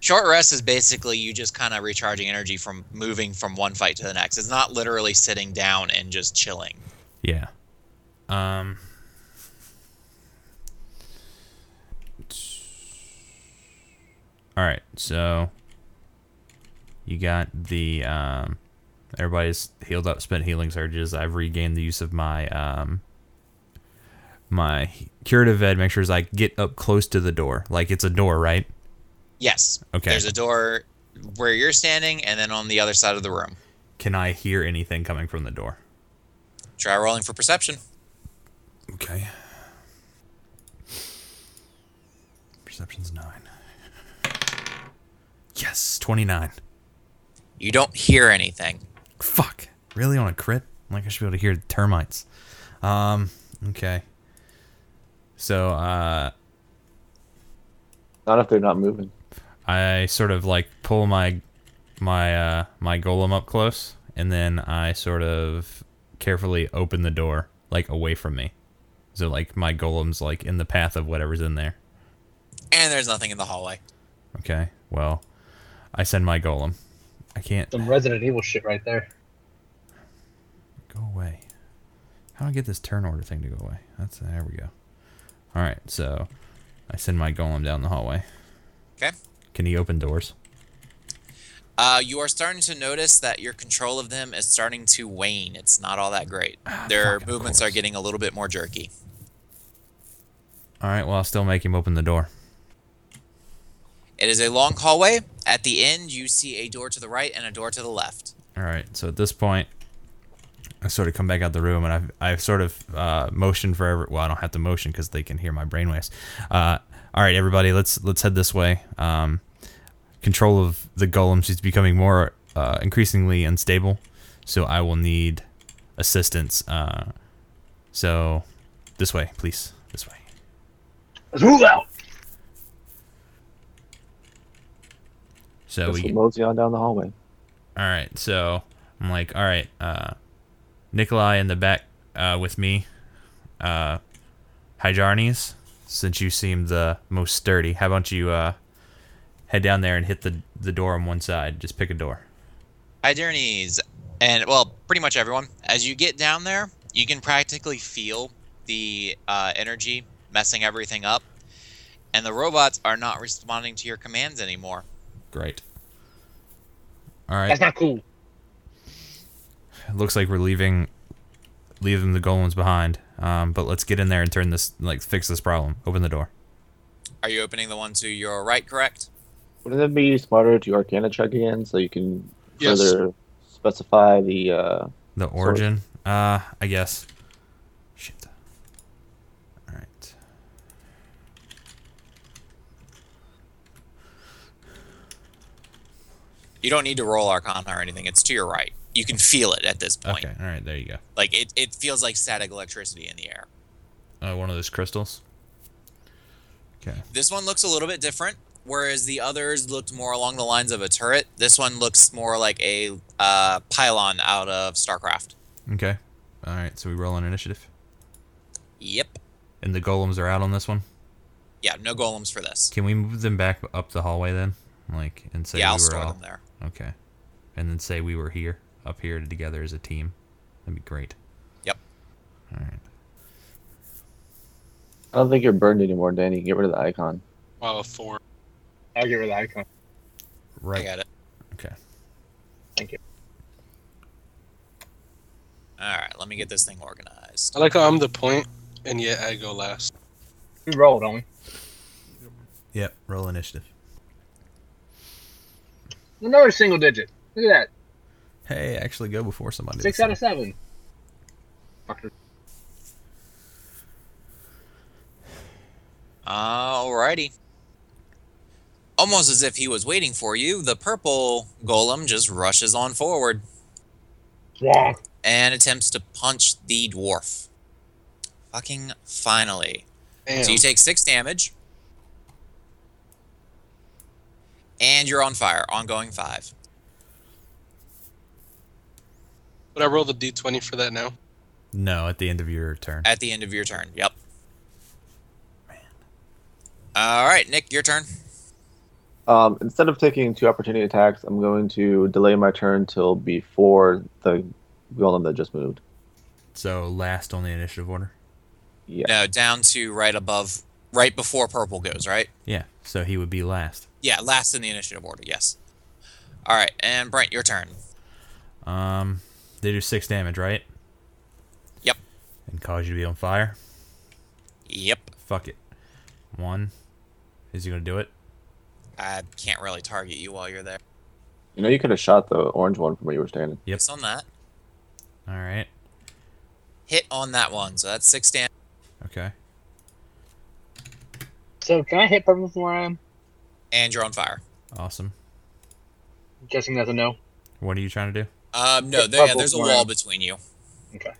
Speaker 3: Short rest is basically you just kind of recharging energy from moving from one fight to the next. It's not literally sitting down and just chilling.
Speaker 2: Yeah. Um. All right, so you got the um, everybody's healed up, spent healing surges. I've regained the use of my um, my curative ed. Make sure is I get up close to the door, like it's a door, right?
Speaker 3: Yes.
Speaker 2: Okay.
Speaker 3: There's a door where you're standing, and then on the other side of the room.
Speaker 2: Can I hear anything coming from the door?
Speaker 3: Try rolling for perception.
Speaker 2: Okay. Perception's nine. Yes, 29.
Speaker 3: You don't hear anything.
Speaker 2: Fuck. Really on a crit? Like I should be able to hear termites. Um, okay. So, uh,
Speaker 4: Not if they're not moving.
Speaker 2: I sort of like pull my my uh my golem up close and then I sort of carefully open the door like away from me. So like my golem's like in the path of whatever's in there.
Speaker 3: And there's nothing in the hallway.
Speaker 2: Okay. Well, I send my golem. I can't
Speaker 5: Some Resident Evil shit right there.
Speaker 2: go away. How do I get this turn order thing to go away? That's there we go. All right. So I send my golem down the hallway.
Speaker 3: Okay.
Speaker 2: Can he open doors?
Speaker 3: Uh, you are starting to notice that your control of them is starting to wane. It's not all that great. Their
Speaker 2: Ah, fuck, of
Speaker 3: movements
Speaker 2: course.
Speaker 3: are getting a little bit more jerky.
Speaker 2: All right. Well, I'll still make him open the door.
Speaker 3: It is a long hallway. At the end, you see a door to the right and a door to the left.
Speaker 2: All right. So at this point, I sort of come back out the room and I've, I've sort of uh, motioned for every. Well, I don't have to motion because they can hear my brainwaves. Uh, all right, everybody, let's let's head this way. Um, control of the golems is becoming more uh, increasingly unstable, so I will need assistance. Uh, so this way, please. This way.
Speaker 5: Let's move out.
Speaker 2: So
Speaker 4: Just
Speaker 2: we.
Speaker 4: mosey on down the hallway.
Speaker 2: All right, so I'm like, all right, uh, Nikolai in the back uh, with me. Uh, Hyjarnes, since you seem the most sturdy, how about you uh, head down there and hit the, the door on one side? Just pick a door.
Speaker 3: Hydernes, and well, pretty much everyone. As you get down there, you can practically feel the uh, energy messing everything up, and the robots are not responding to your commands anymore.
Speaker 2: Great. All right,
Speaker 5: That's not cool.
Speaker 2: looks like we're leaving leaving the golems behind. Um, but let's get in there and turn this like fix this problem. Open the door.
Speaker 3: Are you opening the one to your right? Correct.
Speaker 4: Wouldn't it be smarter to Arcana check again so you can
Speaker 6: Yes.
Speaker 4: further specify the? Uh,
Speaker 2: The origin? Uh, I guess. Shit. Alright.
Speaker 3: You don't need to roll Arcana or anything. It's to your right. You can feel it at this point.
Speaker 2: Okay, alright, there you go.
Speaker 3: Like it, it feels like static electricity in the air.
Speaker 2: Uh, one of those crystals. Okay.
Speaker 3: This one looks a little bit different, whereas the others looked more along the lines of a turret. This one looks more like a uh, pylon out of StarCraft.
Speaker 2: Okay. Alright, so we roll on initiative.
Speaker 3: Yep.
Speaker 2: And the golems are out on this one.
Speaker 3: Yeah, no golems for this.
Speaker 2: Can we move them back up the hallway then? Like, and say
Speaker 3: yeah,
Speaker 2: we
Speaker 3: I'll
Speaker 2: were uh,
Speaker 3: store
Speaker 2: all...
Speaker 3: them there.
Speaker 2: Okay. And then say we were here, up here together as a team. That'd be great.
Speaker 3: Yep.
Speaker 2: Alright.
Speaker 4: I don't think you're burned anymore, Danny. Get rid of the icon.
Speaker 6: Wow, a four.
Speaker 5: I'll get rid of the icon.
Speaker 3: I
Speaker 2: Right.
Speaker 3: got it.
Speaker 2: Okay.
Speaker 3: All right, let me get this thing organized.
Speaker 6: I like how I'm the point, and yet I go last.
Speaker 5: We roll, don't we?
Speaker 2: Yep. Roll initiative.
Speaker 5: Another single digit. Look at
Speaker 2: Hey, actually go before somebody.
Speaker 5: that. Six
Speaker 2: this
Speaker 5: out of seven. Fucker.
Speaker 3: Alrighty. Almost as if he was waiting for you, the purple golem just rushes on forward
Speaker 5: Yeah.
Speaker 3: and attempts to punch the dwarf. Fucking finally.
Speaker 6: Damn.
Speaker 3: So you take six damage. And you're on fire, ongoing five.
Speaker 6: Would I roll the d20 for that now?
Speaker 2: time. No, at the end of your turn.
Speaker 3: At the end of your turn, yep. All right, Nick, your turn.
Speaker 4: Um, instead of taking two opportunity attacks, I'm going to delay my turn till before the golem that just moved.
Speaker 2: So last on the initiative order.
Speaker 4: Yeah.
Speaker 3: No, down to right above, right before purple goes, right?
Speaker 2: Yeah. So he would be last.
Speaker 3: Yeah, last in the initiative order, yes. All right, and Brent, your turn.
Speaker 2: Um, they do six damage, right?
Speaker 3: Yep.
Speaker 2: And cause you to be on fire.
Speaker 3: Yep.
Speaker 2: Fuck it. One. Is he gonna do it?
Speaker 3: I can't really target you while you're there.
Speaker 4: You know, you could have shot the orange one from where you were standing.
Speaker 2: Yep.
Speaker 3: It's on that.
Speaker 2: All right.
Speaker 3: Hit on that one, so that's six damage.
Speaker 2: Okay.
Speaker 5: So can I hit purple from where I am?
Speaker 3: And you're on fire.
Speaker 2: Awesome.
Speaker 5: I'm guessing that's a no.
Speaker 2: What are you trying to do?
Speaker 3: Um, no,
Speaker 5: Hit
Speaker 3: there, yeah,
Speaker 5: purple
Speaker 3: there's a
Speaker 5: for
Speaker 3: wall
Speaker 5: him.
Speaker 3: between you.
Speaker 5: Okay.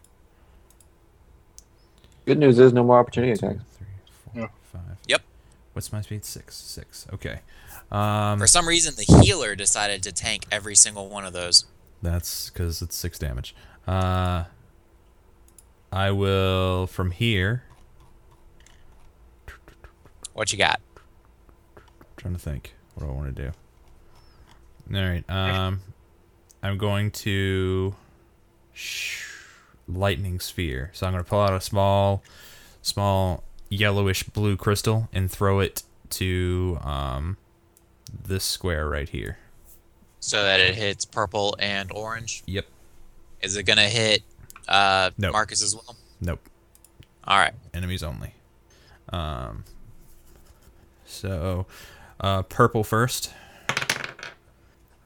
Speaker 4: Good news is no more opportunity attacks.
Speaker 2: Three, four,
Speaker 5: Yeah.
Speaker 2: five.
Speaker 3: Yep.
Speaker 2: What's my speed? Six. Six. Okay. Um,
Speaker 3: For some reason, the healer decided to tank every single one of those.
Speaker 2: that's because it's six damage. Uh, I will from here.
Speaker 3: What you got?
Speaker 2: trying to think. What do I want to do? All right. Um, I'm going to sh- lightning sphere. So I'm going to pull out a small, small yellowish blue crystal and throw it to um, this square right here.
Speaker 3: So that it hits purple and orange.
Speaker 2: Yep.
Speaker 3: Is it gonna hit uh,
Speaker 2: No.
Speaker 3: Marcus as well?
Speaker 2: Nope.
Speaker 3: All right.
Speaker 2: Enemies only. Um. So, uh, purple first.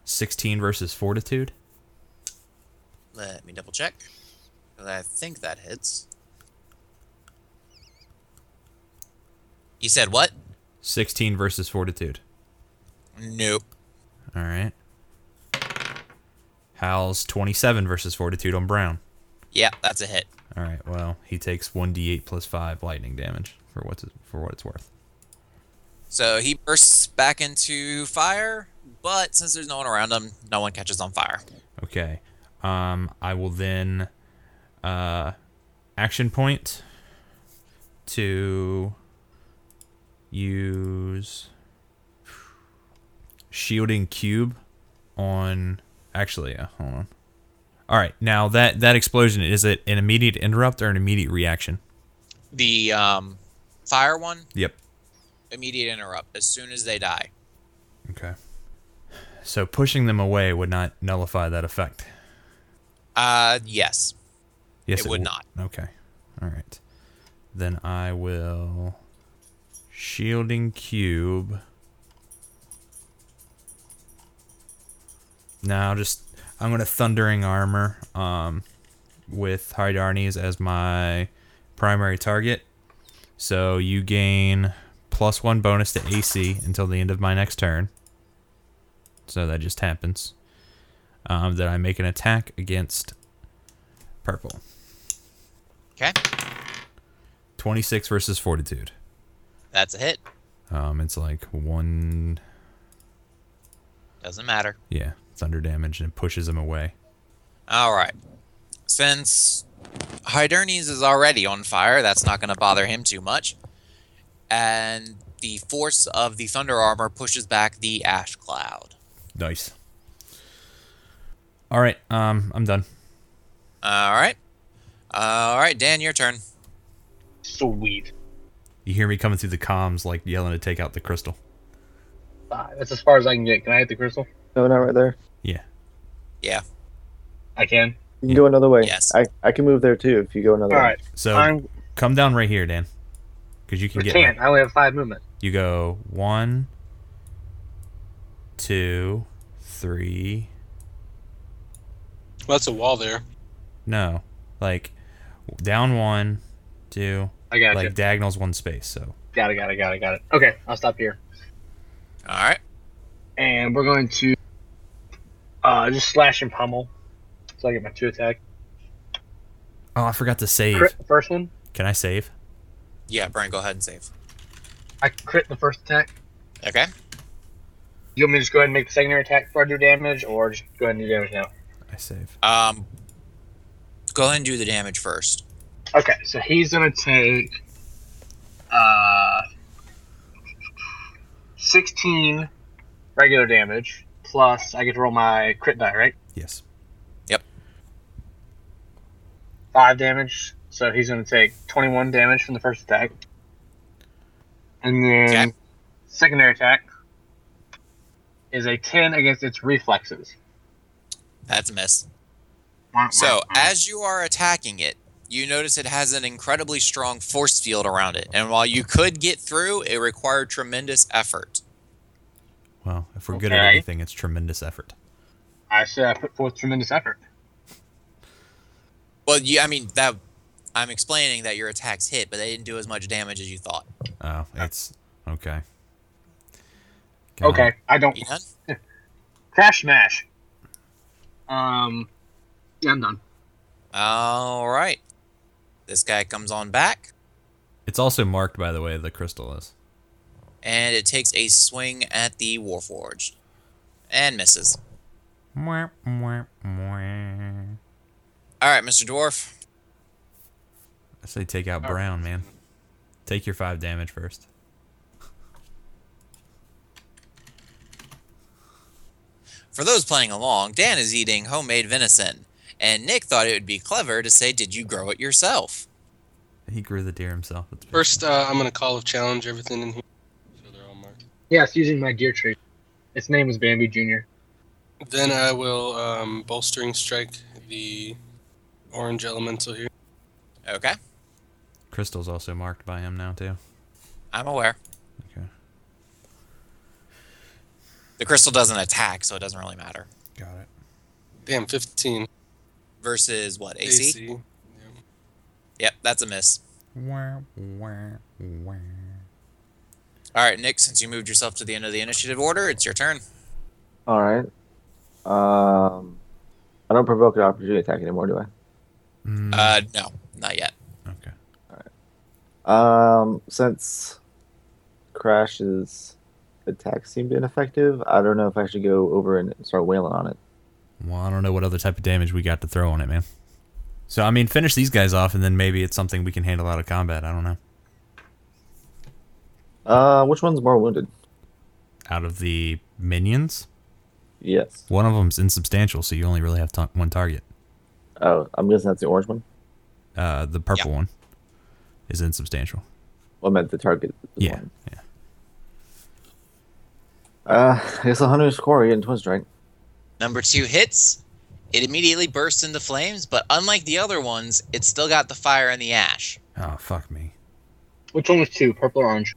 Speaker 2: Sixteen versus fortitude.
Speaker 3: Let me double check. 'Cause I think that hits. You said what?
Speaker 2: Sixteen versus fortitude.
Speaker 3: Nope.
Speaker 2: All right. Hal's 27 versus Fortitude on Brown.
Speaker 3: Yeah, that's a hit.
Speaker 2: All right. Well, he takes 1d8 plus 5 lightning damage for what's for what it's worth.
Speaker 3: So he bursts back into fire, but since there's no one around him, no one catches on fire.
Speaker 2: Okay. Um, I will then uh, action point to use shielding cube on. Actually, uh, hold on. All right. Now that that explosion is it an immediate interrupt or an immediate reaction?
Speaker 3: The um, fire one,
Speaker 2: Yep.
Speaker 3: immediate interrupt as soon as they die.
Speaker 2: Okay. So pushing them away would not nullify that effect.
Speaker 3: Uh, yes.
Speaker 2: Yes,
Speaker 3: It would
Speaker 2: w-
Speaker 3: not.
Speaker 2: Okay. All right. Then I will shielding cube. Now just I'm gonna thundering armor um with Hydarnes as my primary target. So you gain plus one bonus to AC until the end of my next turn. So that just happens. Um, that I make an attack against purple.
Speaker 3: Okay,
Speaker 2: 26 versus fortitude.
Speaker 3: that's a hit.
Speaker 2: Um, it's like one,
Speaker 3: Doesn't matter.
Speaker 2: yeah, thunder damage and it pushes him away.
Speaker 3: All right. Since Hydernes is already on fire, that's not going to bother him too much. And the force of the thunder armor pushes back the ash cloud.
Speaker 2: Nice. All right, um, I'm done.
Speaker 3: All right. All right, Dan, your turn.
Speaker 5: Sweet.
Speaker 2: You hear me coming through the comms, like yelling to take out the crystal.
Speaker 5: Five. That's as far as I can get. Can I hit the crystal?
Speaker 4: No, not right there.
Speaker 2: Yeah.
Speaker 3: Yeah.
Speaker 5: I can.
Speaker 4: You can go another way.
Speaker 3: Yes.
Speaker 4: I, I can move there too if you go another
Speaker 5: All
Speaker 4: way.
Speaker 5: right.
Speaker 2: So
Speaker 5: I'm
Speaker 2: come down right here, Dan. because you can
Speaker 5: We
Speaker 2: get
Speaker 5: can't.
Speaker 2: like,
Speaker 5: I only have five movement.
Speaker 2: you go one, two, three.
Speaker 6: Well, that's a wall there.
Speaker 2: No, like down one, two,
Speaker 5: I got
Speaker 2: like
Speaker 5: you.
Speaker 2: diagonals one space. So
Speaker 5: Got it. Got it. Got it. Got it. Okay, I'll stop here.
Speaker 3: All right.
Speaker 5: and we're going to uh, just slash and pummel. So I get my two attack.
Speaker 2: oh, I forgot to save.
Speaker 5: Crit the first one.
Speaker 2: Can I save?
Speaker 3: Yeah, Brian, go ahead and save.
Speaker 5: I crit the first attack.
Speaker 3: Okay.
Speaker 5: You want me to just go ahead and make the secondary attack before I do damage, or just go ahead and do damage now?
Speaker 2: I save.
Speaker 3: Um, go ahead and do the damage first.
Speaker 5: Okay, so he's gonna take uh, sixteen regular damage plus I get to roll my crit die, right?
Speaker 2: Yes.
Speaker 5: Five damage. So he's gonna take twenty-one damage from the first attack, and then
Speaker 3: Okay.
Speaker 5: secondary attack is a ten against its reflexes.
Speaker 3: That's a miss.
Speaker 5: Wah, wah,
Speaker 3: So,
Speaker 5: wah.
Speaker 3: as you are attacking it, you notice it has an incredibly strong force field around it. And while you could get through, it required tremendous effort.
Speaker 2: Well, if we're good at
Speaker 5: Okay.
Speaker 2: anything, it's tremendous effort.
Speaker 5: I said I put forth tremendous effort.
Speaker 3: Well, you, I mean, that I'm explaining that your attacks hit, but they didn't do as much damage as you thought.
Speaker 2: Oh, it's okay. Got it.
Speaker 5: Okay, I don't
Speaker 3: You done?
Speaker 5: crash smash. Um, yeah, I'm done.
Speaker 3: All right. This guy comes on back,
Speaker 2: It's also marked, by the way, the crystal is.
Speaker 3: and it takes a swing at the Warforged and misses.
Speaker 2: Mwah, mwah, mwah.
Speaker 3: All right, Mr. Dwarf.
Speaker 2: I say take
Speaker 5: Oh.
Speaker 2: out Brown, man. Take your five damage first.
Speaker 3: For those playing along, Dan is eating homemade venison, and Nick thought it would be clever to say, Did you grow it yourself?
Speaker 2: He grew the deer himself. That's pretty
Speaker 6: First, uh, I'm gonna call of challenge everything in here. So they're all marked.
Speaker 5: Yes, using my deer tree. Its name was Bambi Jr.
Speaker 6: Then I will um, bolstering strike the orange elemental here.
Speaker 3: Okay,
Speaker 2: cool. Crystal's also marked by him now too.
Speaker 3: I'm aware.
Speaker 2: Okay.
Speaker 3: The crystal doesn't attack, so it doesn't really matter.
Speaker 2: Got it.
Speaker 6: Damn, 15
Speaker 3: Versus what, AC?
Speaker 6: AC. Yep.
Speaker 3: Yep, that's a miss.
Speaker 2: Wah, wah, wah.
Speaker 3: All right, Nick, since you moved yourself to the end of the initiative order, it's your turn.
Speaker 4: All right. Um, I don't provoke an opportunity attack anymore, do I?
Speaker 2: Mm,
Speaker 3: Uh, no, not yet.
Speaker 2: okay.
Speaker 4: Um, since Crash's attacks seemed ineffective, I don't know if I should go over and start wailing on it.
Speaker 2: Well, I don't know what other type of damage we got to throw on it, man. So I mean, finish these guys off, and then maybe it's something we can handle out of combat. I don't know.
Speaker 4: Uh, which one's more wounded?
Speaker 2: Out of the minions,
Speaker 4: Yes.
Speaker 2: one of them's insubstantial, so you only really have ta- one target.
Speaker 4: Oh, I'm guessing that's the orange one.
Speaker 2: Uh, the purple one is insubstantial.
Speaker 4: Well, I meant the target. was
Speaker 2: Yeah,
Speaker 4: one.
Speaker 2: yeah.
Speaker 4: Uh, I guess 100 score and twin strike.
Speaker 3: Number two hits. It immediately bursts into flames, but unlike the other ones, it's still got the fire and the ash.
Speaker 2: Oh fuck me.
Speaker 5: Which one was two? Purple or orange?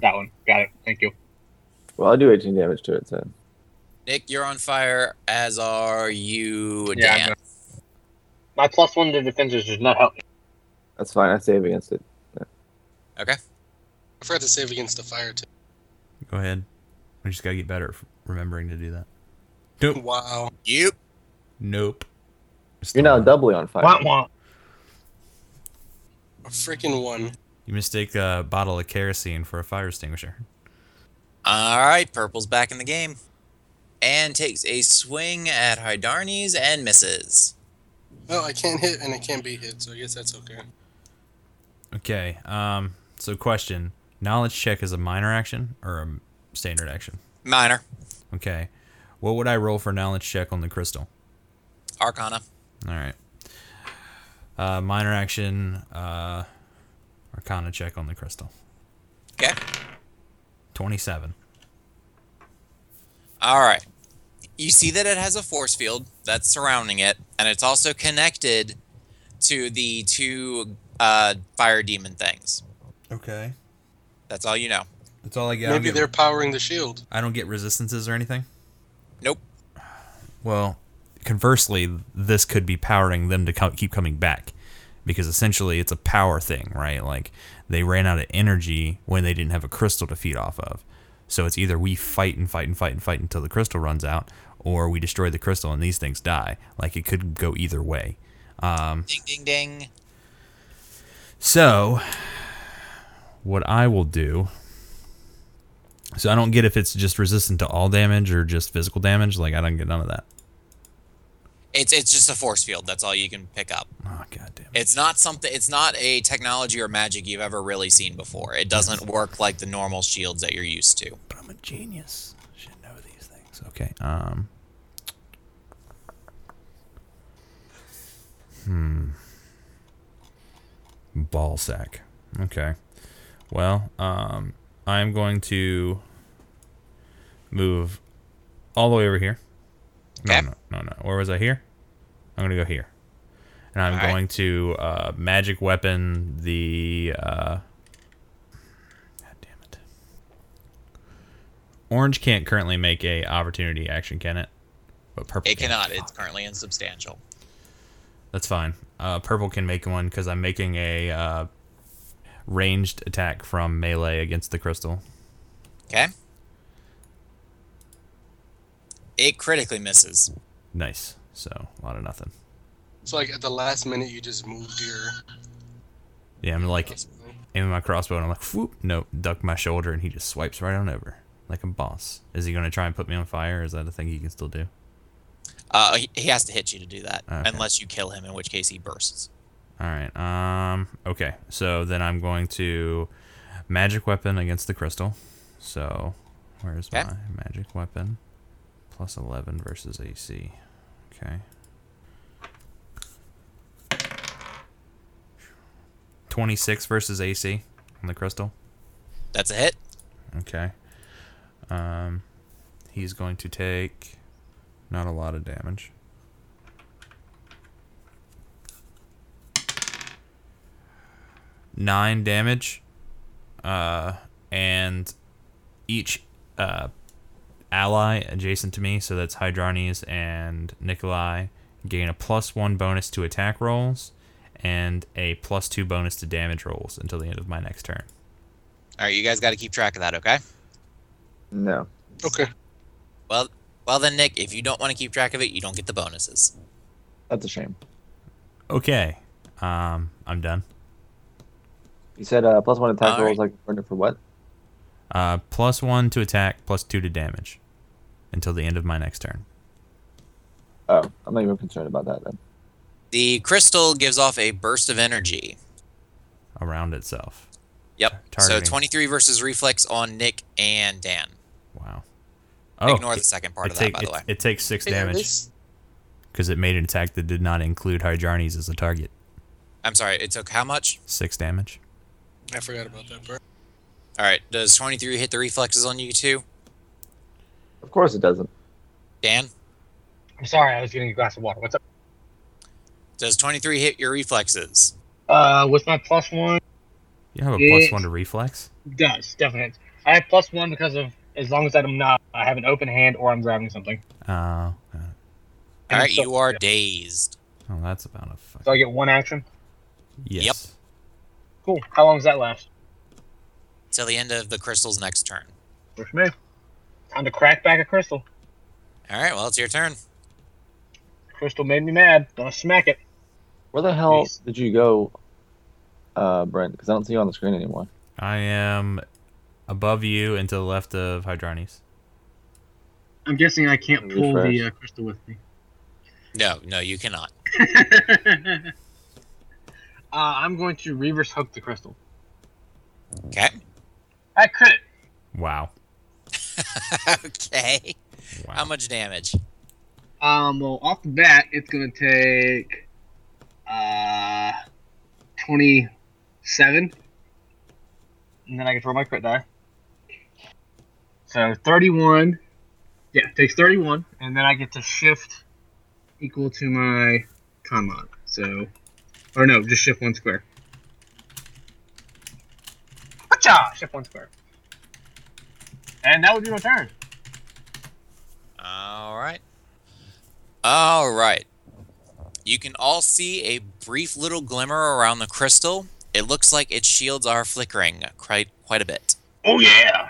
Speaker 5: That one. Got it. Thank you.
Speaker 4: Well, I do 18 damage to it, so.
Speaker 3: Nick, you're on fire, as are you,
Speaker 5: Yeah, I'm
Speaker 3: Dan.
Speaker 5: done. My plus one to defenses does not help. me.
Speaker 4: That's fine. I save against it.
Speaker 6: I forgot to save against the fire too.
Speaker 2: Go ahead. We just gotta get better at remembering to do that. Nope.
Speaker 6: Wow.
Speaker 3: Yep.
Speaker 2: Nope.
Speaker 4: You're now doubly on fire.
Speaker 5: Wah, wah.
Speaker 6: A freaking one.
Speaker 2: You mistake a bottle of kerosene for a fire extinguisher.
Speaker 3: All right, Purple's back in the game. And takes a swing at Hydarnes and misses.
Speaker 6: Well, I can't hit and I can't be hit, so I guess that's okay.
Speaker 2: Okay. Um. So, question: Knowledge check is a minor action or a standard action?
Speaker 3: Minor.
Speaker 2: Okay. What would I roll for knowledge check on the crystal?
Speaker 3: Arcana.
Speaker 2: All right. Uh, minor action. Uh, Arcana check on the crystal.
Speaker 3: Okay.
Speaker 2: Twenty-seven.
Speaker 3: All right. You see that it has a force field that's surrounding it, and it's also connected to the two uh, fire demon things.
Speaker 2: Okay.
Speaker 3: That's all you know.
Speaker 2: That's all I get. I don't
Speaker 6: Maybe
Speaker 2: get-
Speaker 6: they're powering the shield.
Speaker 2: I don't get resistances or anything.
Speaker 3: Nope.
Speaker 2: Well, conversely, this could be powering them to co- keep coming back because essentially it's a power thing, right? Like they ran out of energy when they didn't have a crystal to feed off of. So it's either we fight and fight and fight and fight until the crystal runs out or we destroy the crystal and these things die. Like it could go either way.
Speaker 3: Ding ding ding.
Speaker 2: So, what I will do. So I don't get if it's just resistant to all damage or just physical damage. Like I don't get none of that.
Speaker 3: It's it's just a force field. That's all you can pick up.
Speaker 2: Oh god damn it.
Speaker 3: It's not something. It's not a technology or magic you've ever really seen before. It doesn't work like the normal shields that you're used to.
Speaker 2: But I'm a genius. Should know these things. Okay. Um. Hmm. Ball sack. Okay. Well, um, I'm going to move all the way over here. No,
Speaker 3: Okay.
Speaker 2: no, no, no. Where was I here? I'm gonna go here, and I'm
Speaker 3: All right.
Speaker 2: going to uh, magic weapon the. Uh, God damn it. Orange can't currently make a opportunity action, can it? But purple
Speaker 3: It
Speaker 2: can.
Speaker 3: cannot. It's currently insubstantial.
Speaker 2: That's fine. Uh, purple can make one because I'm making a uh, ranged attack from melee against the crystal.
Speaker 3: Okay. It critically misses.
Speaker 2: Nice. So a lot of nothing.
Speaker 6: So like at the last minute, you just moved your.
Speaker 2: Yeah, I'm like aiming my crossbow and I'm like, whoop, nope, duck my shoulder and he just swipes right on over like a boss. Is he gonna try and put me on fire? Is that a thing he can still do?
Speaker 3: Uh, he, he has to hit you to do that,
Speaker 2: Okay.
Speaker 3: unless you kill him, in which case he bursts.
Speaker 2: All right. Um. Okay. So then I'm going to magic weapon against the crystal. So where's
Speaker 3: Okay.
Speaker 2: my magic weapon? Plus eleven versus AC. Okay. Twenty six versus AC on the crystal.
Speaker 3: That's a hit.
Speaker 2: Okay. Um, he's going to take not a lot of damage. Nine damage. Uh, and each uh, ally adjacent to me, so that's Hydrones and Nikolai, gain a plus one bonus to attack rolls and a plus two bonus to damage rolls until the end of my next turn.
Speaker 3: All right, you guys got to keep track of that, okay?
Speaker 4: No.
Speaker 6: Okay.
Speaker 3: Well, well then, Nick, if you don't want to keep track of it, you don't get the bonuses.
Speaker 4: That's a shame.
Speaker 2: Okay. Um, I'm done.
Speaker 4: You said uh, plus one attack
Speaker 3: All
Speaker 4: rolls like for- for what?
Speaker 2: Uh, plus one to attack, plus two to damage, until the end of my next turn.
Speaker 4: Oh, I'm not even concerned about that then.
Speaker 3: The crystal gives off a burst of energy.
Speaker 2: Around itself.
Speaker 3: Yep.
Speaker 2: Targeting.
Speaker 3: So 23 versus reflex on Nick and Dan.
Speaker 2: Wow. Oh,
Speaker 3: Ignore
Speaker 2: it-
Speaker 3: the second part
Speaker 2: it
Speaker 3: of that,
Speaker 2: take-
Speaker 3: by the
Speaker 2: it-
Speaker 3: way.
Speaker 2: It takes six
Speaker 6: Yeah,
Speaker 2: damage
Speaker 6: this-
Speaker 2: because it made an attack that did not include Hydrones as a target.
Speaker 3: I'm sorry. It took how much?
Speaker 2: Six damage.
Speaker 6: I forgot about that part.
Speaker 3: All right. Does 23 hit the reflexes on you too,
Speaker 4: Of course it doesn't.
Speaker 3: Dan?
Speaker 5: I'm sorry, I was getting a glass of water. What's up?
Speaker 3: Does 23 hit your reflexes?
Speaker 5: Uh, what's my plus one?
Speaker 2: You have a
Speaker 5: Yeah.
Speaker 2: plus one to reflex.
Speaker 5: Does definitely. I have plus one because of as long as I'm not, I have an open hand or I'm grabbing something.
Speaker 2: Uh, uh,
Speaker 3: All
Speaker 5: And
Speaker 3: right,
Speaker 5: so-
Speaker 3: you are dazed.
Speaker 2: oh, that's about a fuck.
Speaker 5: So I get one action.
Speaker 2: Yes.
Speaker 5: Cool. How long does that last?
Speaker 3: Till the end of the crystal's next turn.
Speaker 5: Works for me. Time to crack back a crystal.
Speaker 3: All right, well, it's your turn.
Speaker 5: Crystal made me mad. Gonna smack it.
Speaker 4: Where the hell
Speaker 5: Jeez.
Speaker 4: did you go, uh, Brent? Because I don't see you on the screen anymore.
Speaker 2: I am above you and to the left of Hydrones.
Speaker 5: I'm guessing I can't uh,
Speaker 4: pull the, Refresh.
Speaker 5: crystal with me.
Speaker 3: No, no, you cannot.
Speaker 5: uh, I'm going to reverse hook the crystal.
Speaker 3: Okay.
Speaker 5: I crit.
Speaker 2: Wow.
Speaker 3: okay.
Speaker 2: Wow.
Speaker 3: How much damage?
Speaker 5: Um, well, off the bat, it's gonna take uh twenty-seven, and then I can throw my crit die. So thirty-one. Yeah, it takes thirty-one, and then I get to shift equal to my con mod. So, or no, just shift one square. Booyah! Shift one square. And that would be my turn.
Speaker 3: All right. All right. You can all see a brief little glimmer around the crystal. It looks like its shields are flickering quite quite a bit.
Speaker 5: Oh yeah!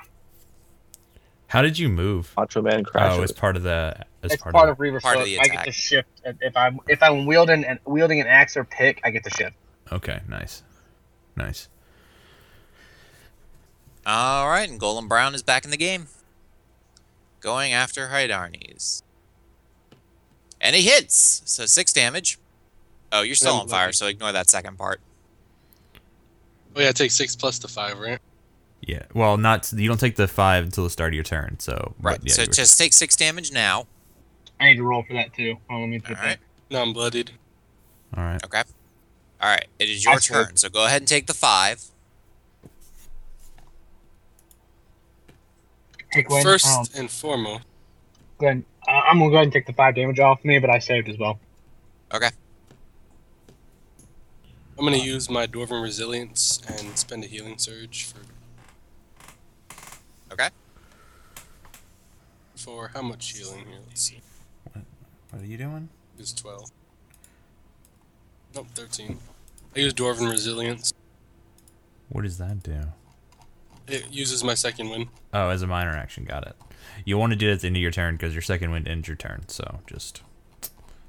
Speaker 2: How did you move?
Speaker 4: Macho Man crash.
Speaker 2: Oh, as part of the as
Speaker 5: It's
Speaker 2: part,
Speaker 5: part,
Speaker 2: of,
Speaker 5: of Reaver
Speaker 3: part of
Speaker 5: Foot.
Speaker 3: the
Speaker 5: I get
Speaker 3: attack.
Speaker 5: to shift if- if I'm if I'm wielding an wielding an axe or pick. I get to shift.
Speaker 2: the, okay, nice, nice.
Speaker 3: All right, and Golem Brown is back in the game. Going after Hydarnes. And he hits. So 6 damage. Oh, you're still
Speaker 6: Yeah,
Speaker 3: on fire,
Speaker 6: lucky.
Speaker 3: so ignore that second part.
Speaker 6: Oh yeah, it takes six plus to five, right?
Speaker 2: Yeah. Well, not you don't take the five until the start of your turn. So but
Speaker 3: Right.
Speaker 2: Yeah,
Speaker 3: so
Speaker 2: you were-
Speaker 3: just take 6 damage now.
Speaker 5: I need to roll for that too. Hold on, let me put
Speaker 3: All right.
Speaker 5: that.
Speaker 6: No, I'm bloodied.
Speaker 2: all right.
Speaker 3: Okay. All right. It is your
Speaker 5: That's
Speaker 3: turn.
Speaker 5: good.
Speaker 3: So go ahead and take the 5.
Speaker 5: Hey, Gwen,
Speaker 6: First
Speaker 5: um,
Speaker 6: and foremost,
Speaker 5: Glenn, uh, I'm gonna go ahead and take the five damage off me, but I saved as well.
Speaker 3: Okay.
Speaker 6: I'm gonna use my Dwarven Resilience and spend a healing surge for
Speaker 3: Okay.
Speaker 6: for how much healing here? Let's see.
Speaker 2: What are you doing?
Speaker 6: Use twelve. Nope, thirteen. I use Dwarven Resilience.
Speaker 2: What does that do?
Speaker 6: It uses my second win.
Speaker 2: Oh, as a minor action, got it. You want to do it at the end of your turn because your second wind ends your turn. So just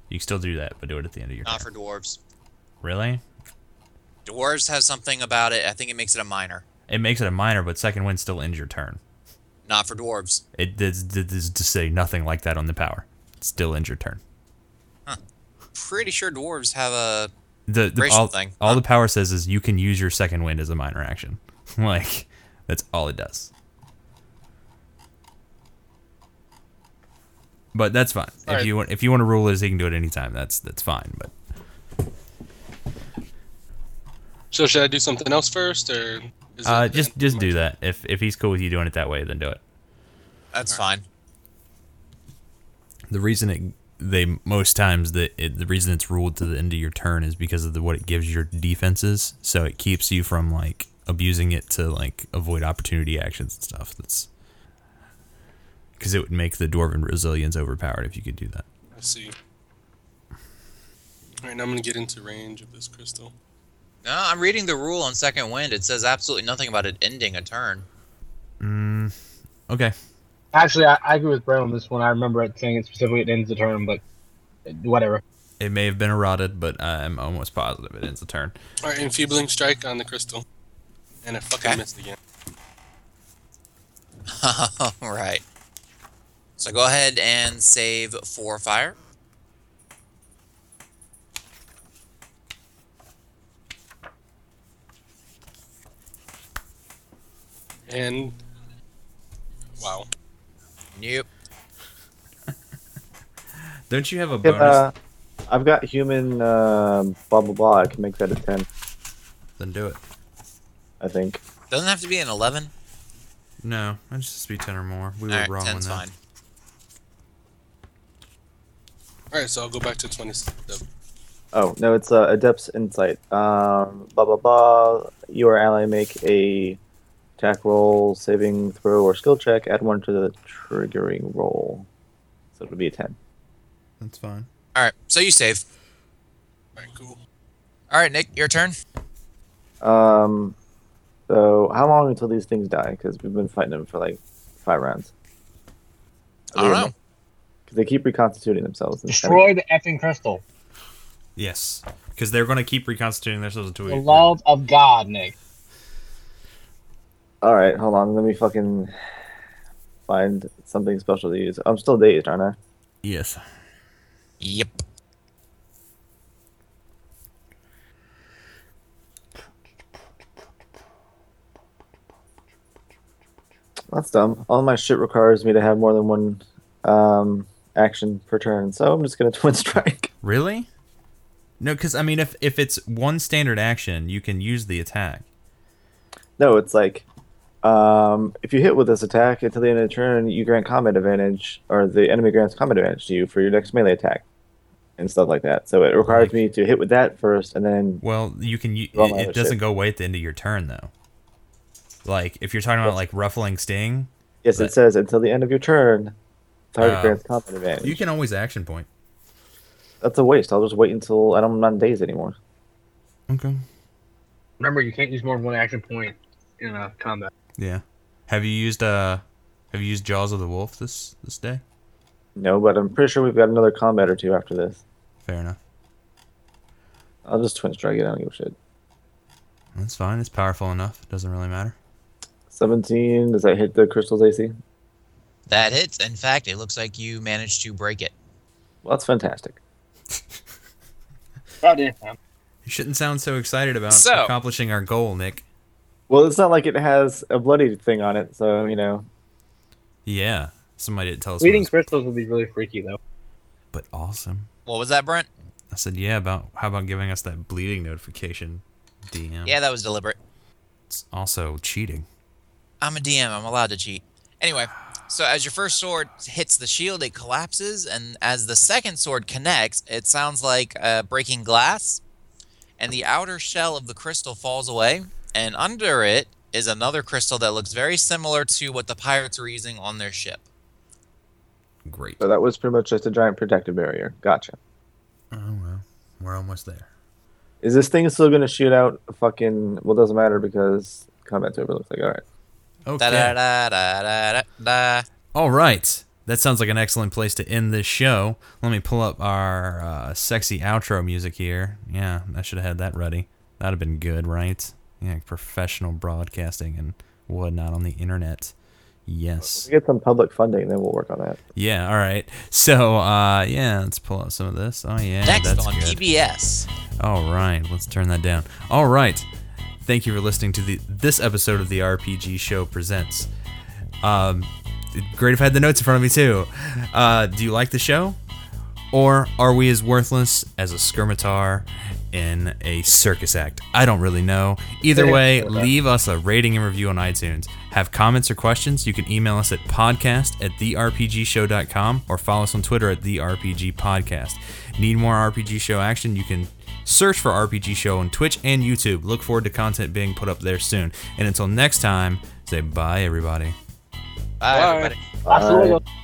Speaker 2: you can still do that, but do it at the end of your
Speaker 3: Not
Speaker 2: turn.
Speaker 3: for dwarves.
Speaker 2: Really?
Speaker 3: Dwarves has something about it. I think it makes it a minor.
Speaker 2: It makes it a minor, but second wind still ends your turn.
Speaker 3: Not for dwarves.
Speaker 2: It does, does, does to say nothing like that on the power. It still ends your turn.
Speaker 3: Pretty sure dwarves have a.
Speaker 2: The, the
Speaker 3: Racial
Speaker 2: all,
Speaker 3: thing,
Speaker 2: all the power says is you can use your second wind as a minor action. like that's all it does. But that's fine. if
Speaker 6: Alright.
Speaker 2: you want if you want to rule it as he can do it anytime, that's that's fine. But
Speaker 6: So should I do something else first, or is
Speaker 2: uh,
Speaker 6: it the
Speaker 2: just
Speaker 6: end of
Speaker 2: just
Speaker 6: my
Speaker 2: do
Speaker 6: turn?
Speaker 2: that. If if he's cool with you doing it that way, then do it.
Speaker 3: That's fine.
Speaker 2: the reason it they most times the it, the reason it's ruled to the end of your turn is because of the, what it gives your defenses, so it keeps you from like abusing it to like avoid opportunity actions and stuff. That's because it would make the dwarven resilience overpowered if you could do that.
Speaker 6: I see. All right, now I'm gonna get into range of this crystal.
Speaker 3: No, I'm reading the rule on second wind. It says absolutely nothing about it ending a turn.
Speaker 2: Okay,
Speaker 5: Actually, I, I agree with Brad on this one. I remember it saying it specifically at the end of the turn, but uh, whatever.
Speaker 2: it may have been eroded, but I'm almost positive it ends the turn.
Speaker 6: All right, enfeebling strike on the crystal, and I fucking
Speaker 3: Okay.
Speaker 6: missed again.
Speaker 3: All right. So go ahead and save for fire.
Speaker 6: And wow,
Speaker 3: Nope.
Speaker 2: Don't you have a
Speaker 4: Yeah,
Speaker 2: bonus?
Speaker 4: uh, I've got human um blah blah blah. I can make that a ten,
Speaker 2: then do it.
Speaker 4: I think.
Speaker 3: Doesn't have to be an 11.
Speaker 2: No, it just be ten or more. We
Speaker 3: All
Speaker 2: were
Speaker 3: right,
Speaker 2: wrong on
Speaker 3: 10's
Speaker 2: that.
Speaker 3: fine.
Speaker 6: All right, so I'll go back to 27.
Speaker 4: Oh no, it's uh, Adept's Insight. Um, blah blah blah. You or ally make a attack roll, saving throw, or skill check. Add one to the triggering roll, so it'll be a ten.
Speaker 2: That's fine.
Speaker 3: All right. So you save.
Speaker 6: All right, cool.
Speaker 3: All right, Nick, your turn.
Speaker 4: Um, so how long until these things die? Because we've been fighting them for like five rounds.
Speaker 3: I don't know.
Speaker 4: Because they keep reconstituting themselves. and stuff.
Speaker 5: Destroy the effing crystal.
Speaker 2: Yes, because they're going to keep reconstituting themselves until
Speaker 5: The
Speaker 2: we.
Speaker 5: love of God, Nick.
Speaker 4: All right, hold on. Let me fucking find something special to use. I'm still dazed, aren't I?
Speaker 2: Yes.
Speaker 3: Yep.
Speaker 4: That's dumb. All my shit requires me to have more than one um, action per turn, so I'm just gonna twin strike.
Speaker 2: Really? No, because I mean, if if it's one standard action, you can use the attack.
Speaker 4: No, it's like um, if you hit with this attack until the end of the turn, you grant combat advantage, or the enemy grants combat advantage to you for your next melee attack, and stuff like that. So it requires me to hit with that first, and then
Speaker 2: Well, you can. u-
Speaker 4: Well,
Speaker 2: it,
Speaker 4: I
Speaker 2: it
Speaker 4: have
Speaker 2: doesn't
Speaker 4: shit.
Speaker 2: go away at the end of your turn though. Like if you're talking about like ruffling sting,
Speaker 4: Yes,
Speaker 2: But-
Speaker 4: it says until the end of your turn, target
Speaker 2: Oh.
Speaker 4: grants combat advantage.
Speaker 2: you can always action point.
Speaker 4: That's a waste. I'll just wait until I'm not in days anymore.
Speaker 2: Okay.
Speaker 5: Remember, you can't use more than one action point in a combat.
Speaker 2: Yeah. Have you used uh have you used Jaws of the Wolf this this day?
Speaker 4: No, but I'm pretty sure we've got another combat or two after this.
Speaker 2: Fair enough.
Speaker 4: I'll just twin strike it. I don't give a shit.
Speaker 2: That's fine. It's powerful enough. It doesn't really matter.
Speaker 4: 17. Does that hit the crystal's AC?
Speaker 3: That hits. In fact, it looks like you managed to break it.
Speaker 4: Well, that's fantastic.
Speaker 5: About it. man.
Speaker 2: You shouldn't sound so excited about
Speaker 3: So-
Speaker 2: accomplishing our goal, Nick.
Speaker 4: Well, it's not like it has a bloody thing on it, so you know.
Speaker 2: Yeah. Somebody didn't tell us. what
Speaker 5: Bleeding
Speaker 2: was-
Speaker 5: crystals would be really freaky, though.
Speaker 2: but awesome.
Speaker 3: What was that, Brent?
Speaker 2: I said, yeah. About how about giving us that bleeding notification? DM.
Speaker 3: Yeah, that was deliberate.
Speaker 2: It's also cheating.
Speaker 3: I'm a DM. I'm allowed to cheat. Anyway, so as your first sword hits the shield, it collapses, and as the second sword connects, it sounds like uh, breaking glass, and the outer shell of the crystal falls away, and under it is another crystal that looks very similar to what the pirates were using on their ship.
Speaker 2: Great.
Speaker 4: So that was pretty much just a giant protective barrier. Gotcha.
Speaker 2: Oh well, we're almost there.
Speaker 4: Is this thing still going to shoot out? a Fucking. Well, doesn't matter because combat's over. Looks like all right.
Speaker 2: Okay.
Speaker 3: Da da da da da da.
Speaker 2: All right. That sounds like an excellent place to end this show. Let me pull up our uh, sexy outro music here. Yeah, I should have had that ready. That'd have been good, right? Yeah, professional broadcasting and whatnot on the internet. Yes.
Speaker 4: We get some public funding, then we'll work on that.
Speaker 2: Yeah. All right. So, uh, yeah, let's pull out some of this. Oh yeah,
Speaker 3: Next
Speaker 2: that's
Speaker 3: on
Speaker 2: good.
Speaker 3: PBS.
Speaker 2: All right, let's turn that down. All right, thank you for listening to the this episode of the RPG Show presents. Um, great if I had the notes in front of me too. Uh, do you like the show, or are we as worthless as a skirmitar in a circus act? I don't really know. Either way, leave us a rating and review on iTunes. Have comments or questions? You can email us at podcast at therpgshow.com or follow us on Twitter at therpgpodcast. Need more RPG show action? You can search for RPG show on Twitch and YouTube. Look forward to content being put up there soon. And until next time, say bye, everybody.
Speaker 3: Bye,
Speaker 6: Bye.
Speaker 3: everybody.
Speaker 4: All right.
Speaker 5: Absolutely.